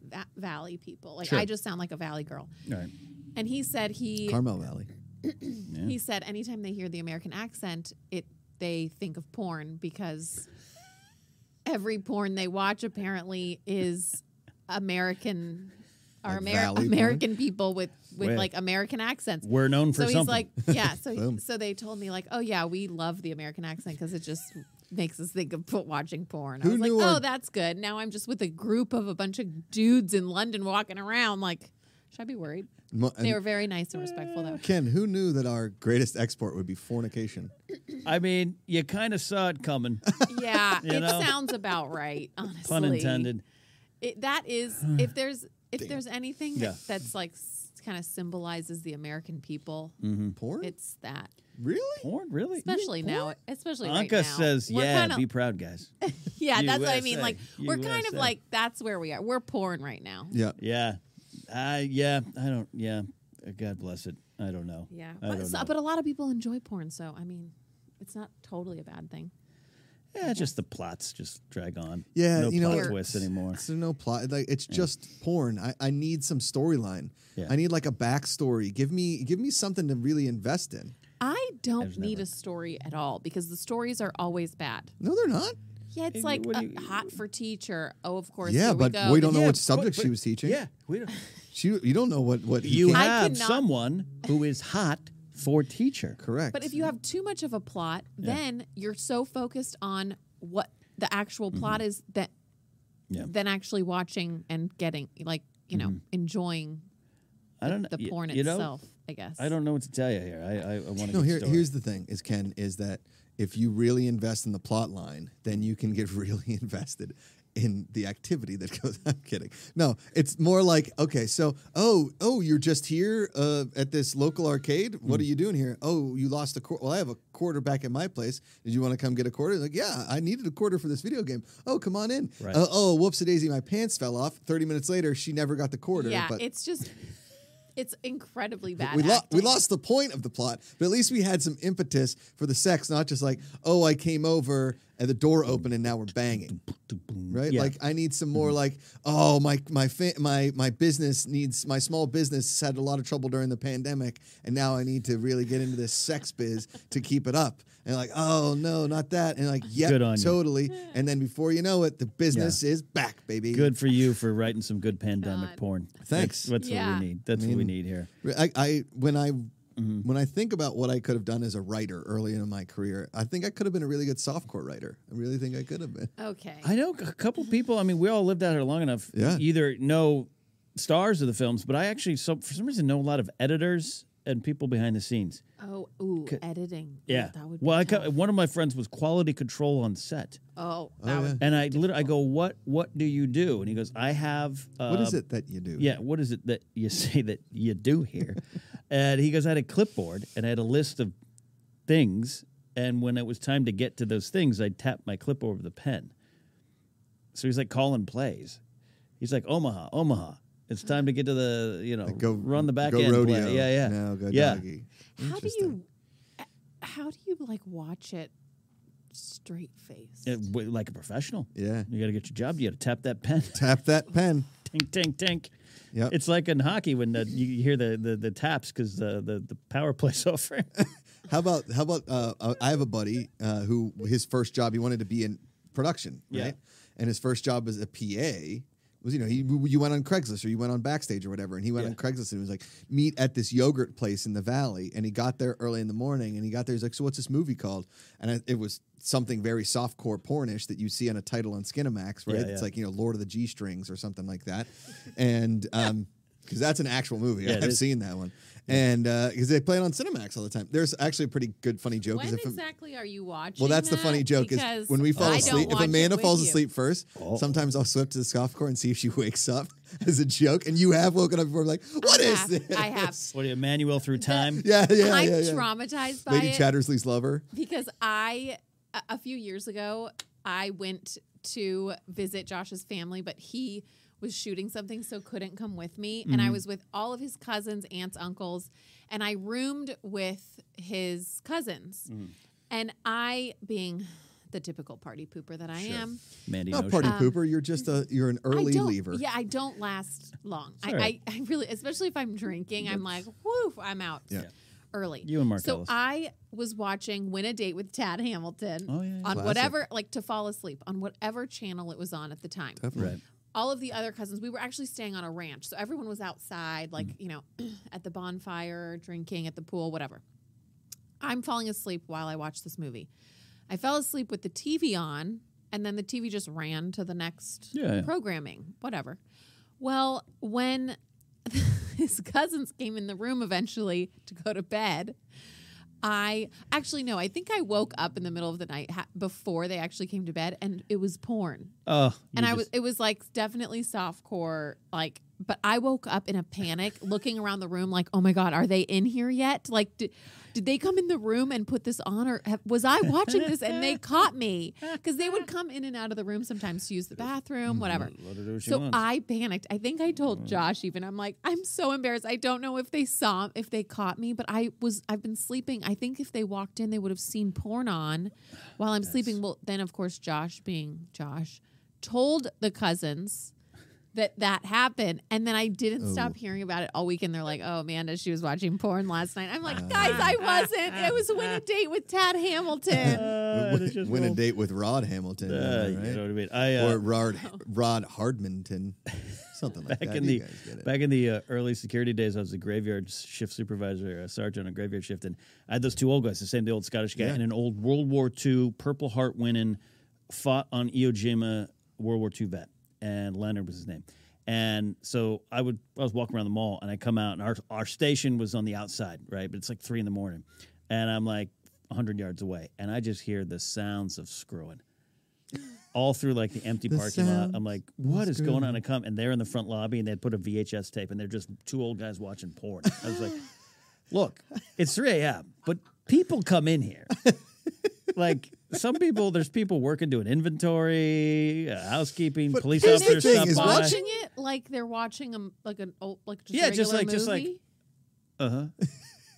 Speaker 3: that valley people. Like
Speaker 1: Sure.
Speaker 3: I just sound like a valley girl.
Speaker 1: All right.
Speaker 3: And he said he
Speaker 2: Carmel Valley.
Speaker 3: he said anytime they hear the American accent, it they think of porn because every porn they watch apparently is American or
Speaker 2: Like
Speaker 3: Amer-
Speaker 2: valley porn?
Speaker 3: American people with with
Speaker 1: Well,
Speaker 3: like American accents.
Speaker 1: We're known for
Speaker 3: so
Speaker 1: something.
Speaker 3: he's like, yeah. So
Speaker 2: Boom.
Speaker 3: so they told me like, oh yeah, we love the American accent because it just makes us think of po- watching porn. I
Speaker 2: Who
Speaker 3: was like,
Speaker 2: knew
Speaker 3: oh,
Speaker 2: our-
Speaker 3: that's good. Now I'm just with a group of a bunch of dudes in London walking around. Like, should I be worried?
Speaker 2: Mo-
Speaker 3: they
Speaker 2: and
Speaker 3: were very nice and respectful though.
Speaker 2: Ken, who knew that our greatest export would be fornication?
Speaker 1: I mean, you kind of saw it
Speaker 3: [laughs]
Speaker 1: coming,
Speaker 3: Yeah,
Speaker 1: [laughs] You
Speaker 3: it
Speaker 1: know?
Speaker 3: sounds about right. Honestly,
Speaker 1: pun intended.
Speaker 3: It, that is,
Speaker 1: [sighs]
Speaker 3: if there's if
Speaker 2: Damn.
Speaker 3: there's anything
Speaker 1: Yeah.
Speaker 3: that, that's like s- kind of symbolizes the American people,
Speaker 1: Mm-hmm.
Speaker 2: Porn?
Speaker 3: it's that.
Speaker 2: really?
Speaker 1: Mm. Porn, really?
Speaker 3: Especially now, especially right
Speaker 1: Anka
Speaker 3: now.
Speaker 1: says,
Speaker 3: We're
Speaker 1: "Yeah,
Speaker 3: kinda-
Speaker 1: be proud, guys."
Speaker 3: [laughs] yeah, that's what I mean.
Speaker 1: USA,
Speaker 3: Like we're kind of
Speaker 1: USA.
Speaker 3: like that's where we are. We're porn right now.
Speaker 2: Yeah.
Speaker 1: Yeah, [laughs] I yeah, I don't. Yeah, Uh, God bless it. I don't know.
Speaker 3: Yeah,
Speaker 1: I
Speaker 3: but,
Speaker 1: don't
Speaker 3: so-
Speaker 1: know.
Speaker 3: but a lot of people enjoy porn, so I mean, it's not totally a bad thing.
Speaker 1: yeah, just the plots just drag on.
Speaker 2: Yeah,
Speaker 1: no
Speaker 2: you know,
Speaker 1: plot
Speaker 2: it's-
Speaker 1: twists anymore.
Speaker 2: There's no plot. Like it's just porn. I, I need some storyline.
Speaker 1: Yeah.
Speaker 2: I need like a backstory. Give me give me something to really invest in.
Speaker 3: I don't
Speaker 1: There's
Speaker 3: need
Speaker 1: never-
Speaker 3: a story at all because the stories are always bad.
Speaker 2: No, they're not.
Speaker 3: Yeah, it's
Speaker 1: Hey,
Speaker 3: like
Speaker 1: what
Speaker 3: uh,
Speaker 1: do you-
Speaker 3: hot for teacher. Oh, of course.
Speaker 2: Yeah,
Speaker 3: here
Speaker 2: but
Speaker 3: go.
Speaker 2: we don't know
Speaker 1: Yeah,
Speaker 2: what subject
Speaker 1: but-
Speaker 2: she was teaching.
Speaker 1: Yeah, we
Speaker 2: [laughs]
Speaker 1: don't.
Speaker 2: She you don't know what what
Speaker 1: You
Speaker 2: can't-
Speaker 3: I
Speaker 1: have
Speaker 3: could not-
Speaker 1: someone who is hot for teacher.
Speaker 2: correct.
Speaker 3: But if you have too much of a plot, then you're so focused on what the actual plot is that
Speaker 1: Mm-hmm. Yeah.
Speaker 3: than actually watching and getting like you know enjoying
Speaker 1: I don't know
Speaker 3: the
Speaker 1: Uh, y-
Speaker 3: porn
Speaker 1: you know,
Speaker 3: itself. I guess
Speaker 1: I don't know what to tell you here. I I, I want to.
Speaker 2: no,
Speaker 1: get
Speaker 2: here,
Speaker 1: the story.
Speaker 2: here's the thing: is Ken is that if you really invest in the plot line, then you can get [laughs] really invested in the activity that [laughs] goes. I'm kidding. No, it's more like okay, so oh oh, you're just here uh, at this local arcade.
Speaker 1: Hmm.
Speaker 2: What are you doing here? Oh, you lost a quarter. Well, I have a quarter back at my place. Did you want to come get a quarter? Like, yeah, I needed a quarter for this video game. Oh, come on in.
Speaker 1: Right.
Speaker 2: Uh, oh, whoops, a daisy, my pants fell off. Thirty minutes later, she never got the quarter.
Speaker 3: yeah,
Speaker 2: but
Speaker 3: it's just it's incredibly bad.
Speaker 2: we, lo- we
Speaker 3: acting.
Speaker 2: lost the point of the plot, but at least we had some impetus for the sex, not just like, oh, I came over and the door opened and now we're banging, right?
Speaker 1: Yeah. Mm-hmm.
Speaker 2: Like I need some more like, oh, my my fa- my my business needs my small business had a lot of trouble during the pandemic and now I need to really get into this sex biz to keep it up. And like, oh no, not that. And like, yeah,
Speaker 1: Good on you.
Speaker 2: totally. And then before you know it, the business is back, baby.
Speaker 1: Good for you for writing some good pandemic
Speaker 3: [laughs] God.
Speaker 1: porn.
Speaker 2: Thanks.
Speaker 1: That's, that's
Speaker 3: Yeah.
Speaker 1: what we need. That's what we need here.
Speaker 2: I, I when I
Speaker 1: Mm-hmm.
Speaker 2: when I think about what I could have done as a writer early in my career, I think I could have been a really good softcore writer. I really think I could have been.
Speaker 3: Okay,
Speaker 1: I know a couple people. I mean, we all lived out here long enough. e-,
Speaker 2: Yeah.
Speaker 1: Either know stars of the films, but I actually, so for some reason, know a lot of editors and people behind the scenes.
Speaker 3: oh ooh, editing.
Speaker 1: Yeah.
Speaker 3: that would. Be
Speaker 1: well, I
Speaker 3: tough.
Speaker 1: co- one of my friends was quality control on set,
Speaker 3: oh, that would.
Speaker 1: and I literally, I go, "What? What do you do?" And he goes, "I have." Uh,
Speaker 2: What is it that you do?
Speaker 1: Yeah, what is it that you [laughs] say that you do here? and he goes, I had a clipboard and I had a list of things. And when it was time to get to those things, I'd tap my clipboard with a pen. So he's like calling plays. He's like, Omaha, Omaha. It's time to get to the, you know,
Speaker 2: go
Speaker 1: run the back
Speaker 2: go
Speaker 1: end. play."
Speaker 2: rodeo.
Speaker 1: Yeah, yeah.
Speaker 2: No, go
Speaker 1: yeah.
Speaker 2: doggy.
Speaker 3: How do
Speaker 2: Interesting.
Speaker 3: you? eh, How do you like watch it straight face?
Speaker 1: Yeah, w- like a professional.
Speaker 2: Yeah.
Speaker 1: You got to get your job. You got to tap that pen. [laughs]
Speaker 2: Tap that pen.
Speaker 1: tink, tink, tink.
Speaker 2: Yep.
Speaker 1: It's like in hockey when the, you hear the, the, the taps because the, the, the power [laughs] play's over.
Speaker 2: How about how about uh, uh, I have a buddy uh, who his first job he wanted to be in production,
Speaker 1: Yeah.
Speaker 2: right? And his first job as a PA was you know he you went on Craigslist or you went on Backstage or whatever, and he went
Speaker 1: Yeah.
Speaker 2: on Craigslist and was like meet at this yogurt place in the valley, and he got there early in the morning, and he got there he's like so what's this movie called? And I, it was something very softcore pornish that you see on a title on Skinamax, right?
Speaker 1: Yeah, yeah.
Speaker 2: It's like you know Lord of the G Strings or something like that, and um. because that's an actual movie.
Speaker 1: Yeah, it
Speaker 2: I've
Speaker 1: is.
Speaker 2: seen that one, and because they play it on Cinemax all the time. There's actually a pretty good funny joke. 'cause
Speaker 3: When
Speaker 2: if a-
Speaker 3: exactly are you watching?
Speaker 2: well, that's the funny
Speaker 3: that?
Speaker 2: joke
Speaker 3: Because
Speaker 2: is when we fall
Speaker 3: I don't
Speaker 2: asleep. If
Speaker 3: watch it
Speaker 2: Amanda
Speaker 3: with
Speaker 2: falls
Speaker 3: you.
Speaker 2: asleep first,
Speaker 1: Oh.
Speaker 2: sometimes I'll slip to the scoffcore and see if she [laughs] wakes up as a joke. And you have woken up before, like, what
Speaker 3: [laughs] I
Speaker 2: is [laughs]
Speaker 3: have,
Speaker 2: this?
Speaker 3: I have.
Speaker 1: What are you, Manuel through time?
Speaker 2: Yeah, yeah,
Speaker 3: I'm
Speaker 2: yeah, yeah.
Speaker 3: traumatized by
Speaker 2: Lady
Speaker 3: it
Speaker 2: Chattersley's lover.
Speaker 3: because I a- a few years ago I went to visit Josh's family, but he was shooting something so couldn't come with me, and
Speaker 2: Mm-hmm.
Speaker 3: I was with all of his cousins, aunts, uncles, and I roomed with his cousins,
Speaker 2: Mm.
Speaker 3: and I being the typical party pooper that I am.
Speaker 1: Mandy
Speaker 2: Not
Speaker 1: knows
Speaker 2: party
Speaker 1: shit.
Speaker 2: pooper. You're just a you're an early
Speaker 3: Um, I don't,
Speaker 2: leaver.
Speaker 3: Yeah, I don't last long. I,
Speaker 1: all right.
Speaker 3: I, I really, especially if I'm drinking, I'm like, whoof, I'm out
Speaker 2: Yeah. Yeah.
Speaker 3: early.
Speaker 1: You and Mark
Speaker 3: So
Speaker 1: Ellis.
Speaker 3: I was watching Win a Date with Tad Hamilton
Speaker 1: Oh, yeah, yeah.
Speaker 3: on
Speaker 2: Classic.
Speaker 3: whatever, like to fall asleep on whatever channel it was on at the time.
Speaker 2: Definitely.
Speaker 1: [laughs] Right.
Speaker 3: All of the other cousins, we were actually staying on a ranch. So everyone was outside, like,
Speaker 1: Mm.
Speaker 3: you know, [clears throat] at the bonfire, drinking at the pool, whatever. I'm falling asleep while I watch this movie. I fell asleep with the TV on, and then the TV just ran to the next
Speaker 1: Yeah, yeah.
Speaker 3: programming, whatever. Well, when [laughs] his cousins came in the room eventually to go to bed, I actually no, I think I woke up in the middle of the night ha- before they actually came to bed, and it was porn,
Speaker 1: Oh,
Speaker 3: and
Speaker 1: you
Speaker 3: I
Speaker 1: just-
Speaker 3: was it was like definitely softcore, like. But I woke up in a panic,
Speaker 1: [laughs]
Speaker 3: looking around the room, like, "Oh my god, are they in here yet? Like, did, did they come in the room and put this on, or have, was I watching this and they caught me? Because they
Speaker 1: [laughs]
Speaker 3: would come in and out of the room sometimes to use the bathroom, whatever.
Speaker 1: Let her do what she
Speaker 3: so
Speaker 1: wants. Mm.
Speaker 3: I panicked. I think I told Josh even. I'm like, I'm so embarrassed. I don't know if they saw, if they caught me, but I was, I've been sleeping. I think if they walked in, they would have seen porn on while I'm sleeping. Well, then of course, Josh, being Josh, told the cousins that that happened, and then I didn't
Speaker 1: Oh.
Speaker 3: stop hearing about it all weekend. They're like, "Oh, Amanda, she was watching porn last night." I'm
Speaker 1: Ah.
Speaker 3: like, "Guys, I wasn't. It was when a date with Tad Hamilton."
Speaker 1: [laughs] Uh,
Speaker 2: Win-
Speaker 1: it's
Speaker 2: [laughs]
Speaker 1: just
Speaker 2: win a
Speaker 1: little-
Speaker 2: date with Rod Hamilton.
Speaker 1: Uh,
Speaker 2: am I
Speaker 1: You
Speaker 2: right?
Speaker 1: know what I mean? I, uh,
Speaker 2: or
Speaker 3: [laughs]
Speaker 2: Rod Rod Hardminton,
Speaker 1: [laughs]
Speaker 2: something like
Speaker 1: back
Speaker 2: that.
Speaker 1: in
Speaker 2: You
Speaker 1: the
Speaker 2: guys get it.
Speaker 1: back in the uh, early security days, I was a graveyard shift supervisor, a sergeant on graveyard shift, and I had those two old guys, the same the old Scottish guy
Speaker 2: Yeah.
Speaker 1: and an old World War II Purple Heart winning, fought on Iwo Jima World War II vet, and Leonard was his name. And so I would I was walking around the mall, and I come out, and our our station was on the outside, right, but it's like three in the morning, and I'm like hundred yards away, and I just hear the sounds of screwing. All through like the empty
Speaker 2: The
Speaker 1: parking lot, I'm
Speaker 2: sounds
Speaker 1: like, what is going on? And I come, and they're in the front lobby, and they put a VHS tape, and they're just two old guys watching porn. I
Speaker 2: [laughs]
Speaker 1: was like, look, it's 3 a.m., but people come in here. like, some people, there's people working doing inventory, uh, housekeeping, police
Speaker 2: here's the
Speaker 1: officers
Speaker 2: thing
Speaker 1: stop
Speaker 2: is
Speaker 1: by.
Speaker 3: watching it like they're watching a like an old like just
Speaker 1: Yeah, just
Speaker 3: regular
Speaker 1: like- just like-
Speaker 3: movie?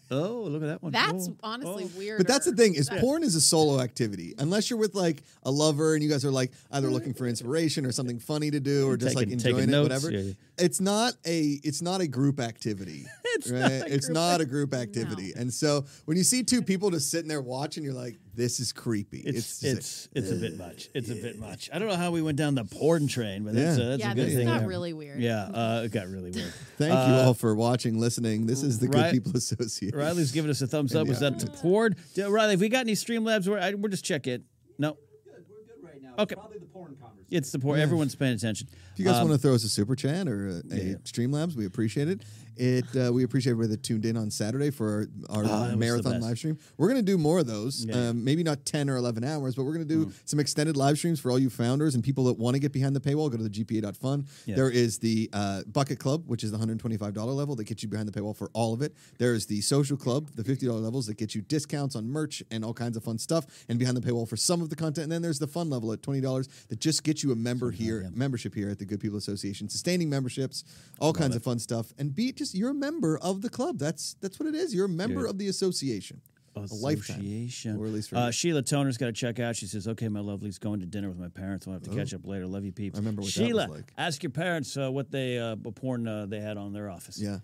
Speaker 1: Oh, look at that one.
Speaker 3: That's
Speaker 1: Oh,
Speaker 3: honestly
Speaker 1: oh.
Speaker 3: weird.
Speaker 2: But that's the thing is porn is a solo activity unless you're with like a lover and you guys are like either looking for inspiration or something funny to do or just
Speaker 1: Taking-
Speaker 2: like enjoying
Speaker 1: taking
Speaker 2: it
Speaker 1: notes,
Speaker 2: whatever.
Speaker 1: yeah.
Speaker 2: It's not a it's not a group activity.
Speaker 1: [laughs]
Speaker 2: it's right? not a it's group not a group activity. And so when you see two people just sitting there watching you're like this is creepy.
Speaker 1: It's
Speaker 2: just like,
Speaker 1: it's it's a bit
Speaker 2: Uh,
Speaker 1: much. It's a bit much. I don't know how we went down the porn train, but that's
Speaker 2: Yeah.
Speaker 1: a, that's
Speaker 3: yeah,
Speaker 1: a good
Speaker 3: this
Speaker 1: thing.
Speaker 3: got
Speaker 1: there.
Speaker 3: really weird.
Speaker 1: Yeah, uh, it got really
Speaker 2: [laughs]
Speaker 1: weird.
Speaker 2: thank you
Speaker 1: uh,
Speaker 2: all for watching listening. This is the
Speaker 1: Ri-
Speaker 2: Good People [laughs] Association.
Speaker 1: Riley's giving us a thumbs up. Was that the porn? D- Riley, have we got any Streamlabs? We're, I, we're just checking. No,
Speaker 4: Good, we're good right now.
Speaker 1: Okay.
Speaker 4: It's probably the porn conversation.
Speaker 1: it's the porn. Everyone's paying attention.
Speaker 2: If you guys
Speaker 1: Um,
Speaker 2: want to throw us a super chat or a, a Streamlabs, we appreciate it. It uh, we appreciate everybody that tuned in on Saturday for
Speaker 1: Ah, that
Speaker 2: our,
Speaker 1: was
Speaker 2: our
Speaker 1: the
Speaker 2: marathon
Speaker 1: best.
Speaker 2: live stream. We're gonna do more of those.
Speaker 1: Yeah. Hmm.
Speaker 2: Um, maybe not ten or eleven hours, but we're gonna do some extended live streams for all you founders and people that want to get behind the paywall. Go to the GPA.fun.
Speaker 1: Yeah.
Speaker 2: There is the uh, Bucket Club, which is the hundred twenty five dollar level that gets you behind the paywall for all of it. There is the Social Club, the fifty dollar levels that get you discounts on merch and all kinds of fun stuff, and behind the paywall for some of the content. And then there's the fun level at twenty dollars that just gets you a member here, membership here at the Good People Association, sustaining memberships, all kinds of fun stuff, and be just you're a member of the club. That's that's what it is. You're a member
Speaker 1: Dude.
Speaker 2: of the association. A lifetime,
Speaker 1: Uh, Association.
Speaker 2: or at least for
Speaker 1: uh,
Speaker 2: me.
Speaker 1: Sheila Toner's got to check out. She says, "Okay, my lovely's going to dinner with my parents. We'll have to catch up later. Love you, peeps."
Speaker 2: Oh. I remember what that was
Speaker 1: Sheila,
Speaker 2: like.
Speaker 1: ask your parents uh, what they uh, what porn uh, they had on their office.
Speaker 2: yeah.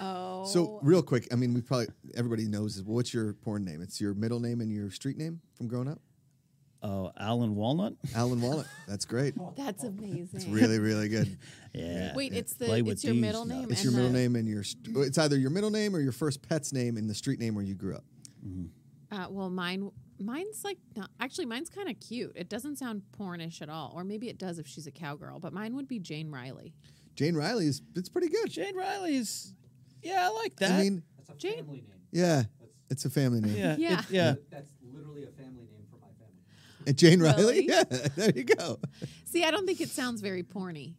Speaker 3: Oh.
Speaker 2: So real quick, I mean, we probably everybody knows is what's your porn name? It's your middle name and your street name from growing up.
Speaker 1: Oh, Alan
Speaker 2: [laughs]
Speaker 1: Walnut.
Speaker 2: Alan Wallet. That's
Speaker 3: [laughs]
Speaker 2: great.
Speaker 3: That's amazing.
Speaker 2: [laughs] Really, really good.
Speaker 1: Yeah.
Speaker 3: Wait, it's the
Speaker 1: Play with
Speaker 3: it's your
Speaker 1: these
Speaker 3: middle
Speaker 1: nuts.
Speaker 3: name.
Speaker 2: It's
Speaker 3: and
Speaker 2: your middle
Speaker 3: the-
Speaker 2: name and your. st- It's either your middle name or your first pet's name and the street name where you grew up.
Speaker 3: Uh, well, mine mine's like not, actually mine's kind of cute. It doesn't sound pornish at all, or maybe it does if she's a cowgirl. But mine would be Jane Riley.
Speaker 2: Jane Riley is it's pretty good.
Speaker 1: Jane Riley's. Yeah, I like that.
Speaker 2: I mean,
Speaker 4: That's a
Speaker 3: Jane-
Speaker 4: family name.
Speaker 2: yeah,
Speaker 4: That's
Speaker 2: it's a family name.
Speaker 1: yeah,
Speaker 3: Yeah.
Speaker 1: it- yeah.
Speaker 4: that's literally a family name for my family.
Speaker 2: [laughs] And Jane Riley.
Speaker 3: Really?
Speaker 2: Yeah, [laughs] there you go.
Speaker 3: See, I don't think it sounds very porny.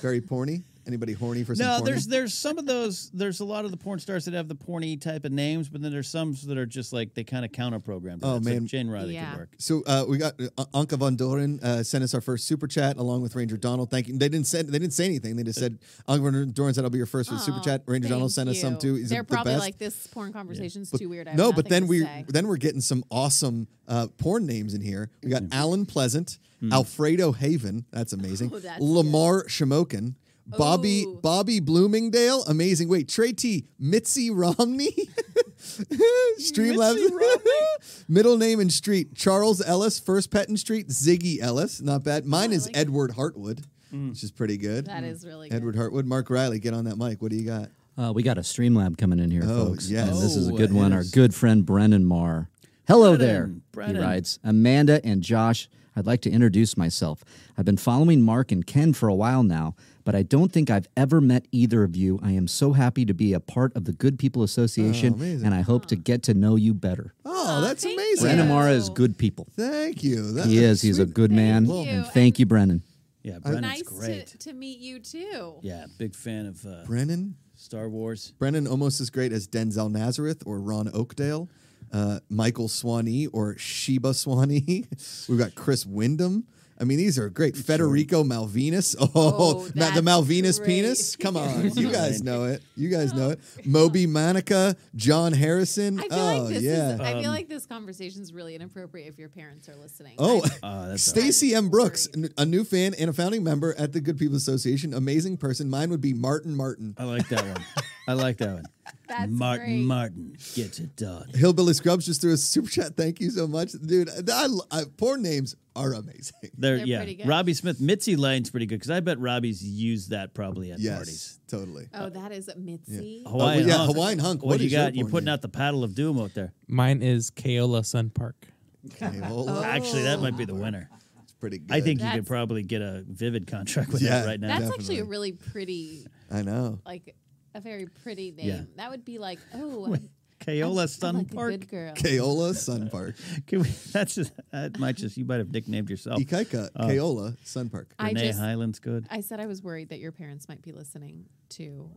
Speaker 2: Very porny. Anybody horny for some?
Speaker 1: No,
Speaker 2: porny?
Speaker 1: there's there's some of those. There's a lot of the porn stars that have the porny type of names, but then there's some that are just like they kind of counter programmed.
Speaker 2: Oh, man.
Speaker 1: Jane Riley
Speaker 3: Yeah.
Speaker 1: could work.
Speaker 2: So uh, we got uh, Anka von Doren uh, sent us our first super chat along with Ranger Donald. Thank you. They didn't send. They didn't say anything. They just said Anka von Doren said I'll be your first with super
Speaker 3: Oh,
Speaker 2: chat. Ranger Donald sent
Speaker 3: thank
Speaker 2: us some
Speaker 3: you.
Speaker 2: too. He's
Speaker 3: They're
Speaker 2: the
Speaker 3: probably
Speaker 2: best.
Speaker 3: like this porn conversation's too weird. I have
Speaker 2: no, but
Speaker 3: nothing
Speaker 2: then
Speaker 3: to
Speaker 2: we
Speaker 3: say.
Speaker 2: [laughs] then we're getting some awesome uh, porn names in here. We
Speaker 7: Mm.
Speaker 2: got Alan Pleasant,
Speaker 7: Hmm.
Speaker 2: Alfredo Haven. That's amazing.
Speaker 3: Oh, that's
Speaker 2: Lamar Shamokin. Bobby
Speaker 3: Ooh.
Speaker 2: Bobby Bloomingdale, amazing. Wait, Trey T, Mitzi Romney, [laughs] Streamlabs,
Speaker 1: Mitzi Romney?
Speaker 2: [laughs] middle name and street Charles Ellis, first pet and street Ziggy Ellis, not bad. Mine
Speaker 3: Oh, I
Speaker 2: is
Speaker 3: like it.
Speaker 2: Edward Hartwood,
Speaker 7: Hmm.
Speaker 2: which is pretty good.
Speaker 3: That is really
Speaker 2: Edward
Speaker 3: good.
Speaker 2: Hartwood, Mark Riley, get on that mic. What do you got?
Speaker 7: Uh, we got a Streamlab coming in here,
Speaker 2: Oh,
Speaker 7: folks.
Speaker 2: yes.
Speaker 7: And this is a
Speaker 1: Oh,
Speaker 7: good one. Our
Speaker 1: yes.
Speaker 7: good friend Brennan Marr. Hello
Speaker 1: Brennan,
Speaker 7: there.
Speaker 1: Brennan.
Speaker 7: He writes Amanda and Josh, I'd like to introduce myself. I've been following Mark and Ken for a while now, but I don't think I've ever met either of you. I am so happy to be a part of the Good People Association,
Speaker 2: Oh, amazing.
Speaker 7: and I hope to get to know you better.
Speaker 2: Oh, that's
Speaker 3: thank
Speaker 2: amazing.
Speaker 7: Brennan
Speaker 3: you.
Speaker 7: Marr is good people.
Speaker 2: Thank you. That-
Speaker 7: He is.
Speaker 2: that's
Speaker 7: He's a
Speaker 2: sweet.
Speaker 7: good man.
Speaker 3: you,
Speaker 7: And
Speaker 3: and-
Speaker 7: thank you, Brennan.
Speaker 1: Yeah, Brennan's
Speaker 3: nice
Speaker 1: great.
Speaker 3: to, to meet you too.
Speaker 1: Yeah, big fan of uh,
Speaker 2: Brennan.
Speaker 1: Star Wars.
Speaker 2: Brennan almost as great as Denzel Nazareth or Ron Oakdale, uh, Michael Swanee or Sheba Swanee. [laughs] We've got Chris Wyndham. I mean, these are great. Federico Malvinas. [laughs] Oh,
Speaker 3: Oh,
Speaker 2: Ma- the
Speaker 3: that's
Speaker 2: Malvinas
Speaker 3: great. Oh.
Speaker 2: penis. Come
Speaker 3: [laughs]
Speaker 2: on, you guys know it. You guys know it. Moby Manica, John Harrison.
Speaker 3: I feel
Speaker 2: oh
Speaker 3: like this
Speaker 2: yeah.
Speaker 3: is,
Speaker 1: Um,
Speaker 3: I feel like this conversation is really inappropriate if your parents are listening.
Speaker 2: Oh,
Speaker 1: Uh, that's
Speaker 2: Stacy M.
Speaker 3: I'm
Speaker 2: Brooks, n- a new fan and a founding member at the Good People Association. Amazing person. Mine would be Martin Martin.
Speaker 1: I like that one. I like that one.
Speaker 3: [laughs] That's
Speaker 1: Martin
Speaker 3: great.
Speaker 1: Martin gets it done.
Speaker 2: Hillbilly Scrubs just threw a super chat. Thank you so much, dude. I, I, porn names are amazing. [laughs]
Speaker 1: There,
Speaker 3: They're
Speaker 1: yeah.
Speaker 3: pretty good.
Speaker 1: Robbie Smith, Mitzi Lane's pretty good because I bet Robbie's used that probably at
Speaker 2: Yes,
Speaker 1: parties.
Speaker 2: totally.
Speaker 1: uh,
Speaker 3: oh, that is Mitzi.
Speaker 2: Oh, well,
Speaker 1: Hawaiian
Speaker 2: yeah,
Speaker 1: hunk.
Speaker 2: Hawaiian hunk.
Speaker 1: What,
Speaker 2: What
Speaker 1: do you
Speaker 2: is your
Speaker 1: got? You're
Speaker 2: porn
Speaker 1: putting
Speaker 2: name?
Speaker 1: out the paddle of doom out there.
Speaker 5: Mine is Kaola Sun Park.
Speaker 2: Kayola.
Speaker 1: Actually, that might be
Speaker 3: Oh.
Speaker 1: the winner.
Speaker 2: It's pretty good.
Speaker 1: I think you could
Speaker 3: That's-
Speaker 1: probably get a vivid contract with
Speaker 2: Yeah.
Speaker 1: that right now. [laughs]
Speaker 3: That's
Speaker 2: Definitely.
Speaker 3: actually a really pretty,
Speaker 2: I know.
Speaker 3: like a very pretty name.
Speaker 1: Yeah.
Speaker 3: That would be like, oh, I'm-
Speaker 1: Kayola
Speaker 3: I'm
Speaker 1: Sun
Speaker 3: like a
Speaker 1: Park.
Speaker 3: good girl.
Speaker 2: Kayola Sun Park.
Speaker 1: Can we, [laughs] that's just, that might just you might have nicknamed yourself.
Speaker 2: Ikaika.
Speaker 1: Oh.
Speaker 2: Kayola Sun Park.
Speaker 3: I
Speaker 1: Renee
Speaker 3: just,
Speaker 1: Highland's good.
Speaker 3: I said I was worried that your parents might be listening to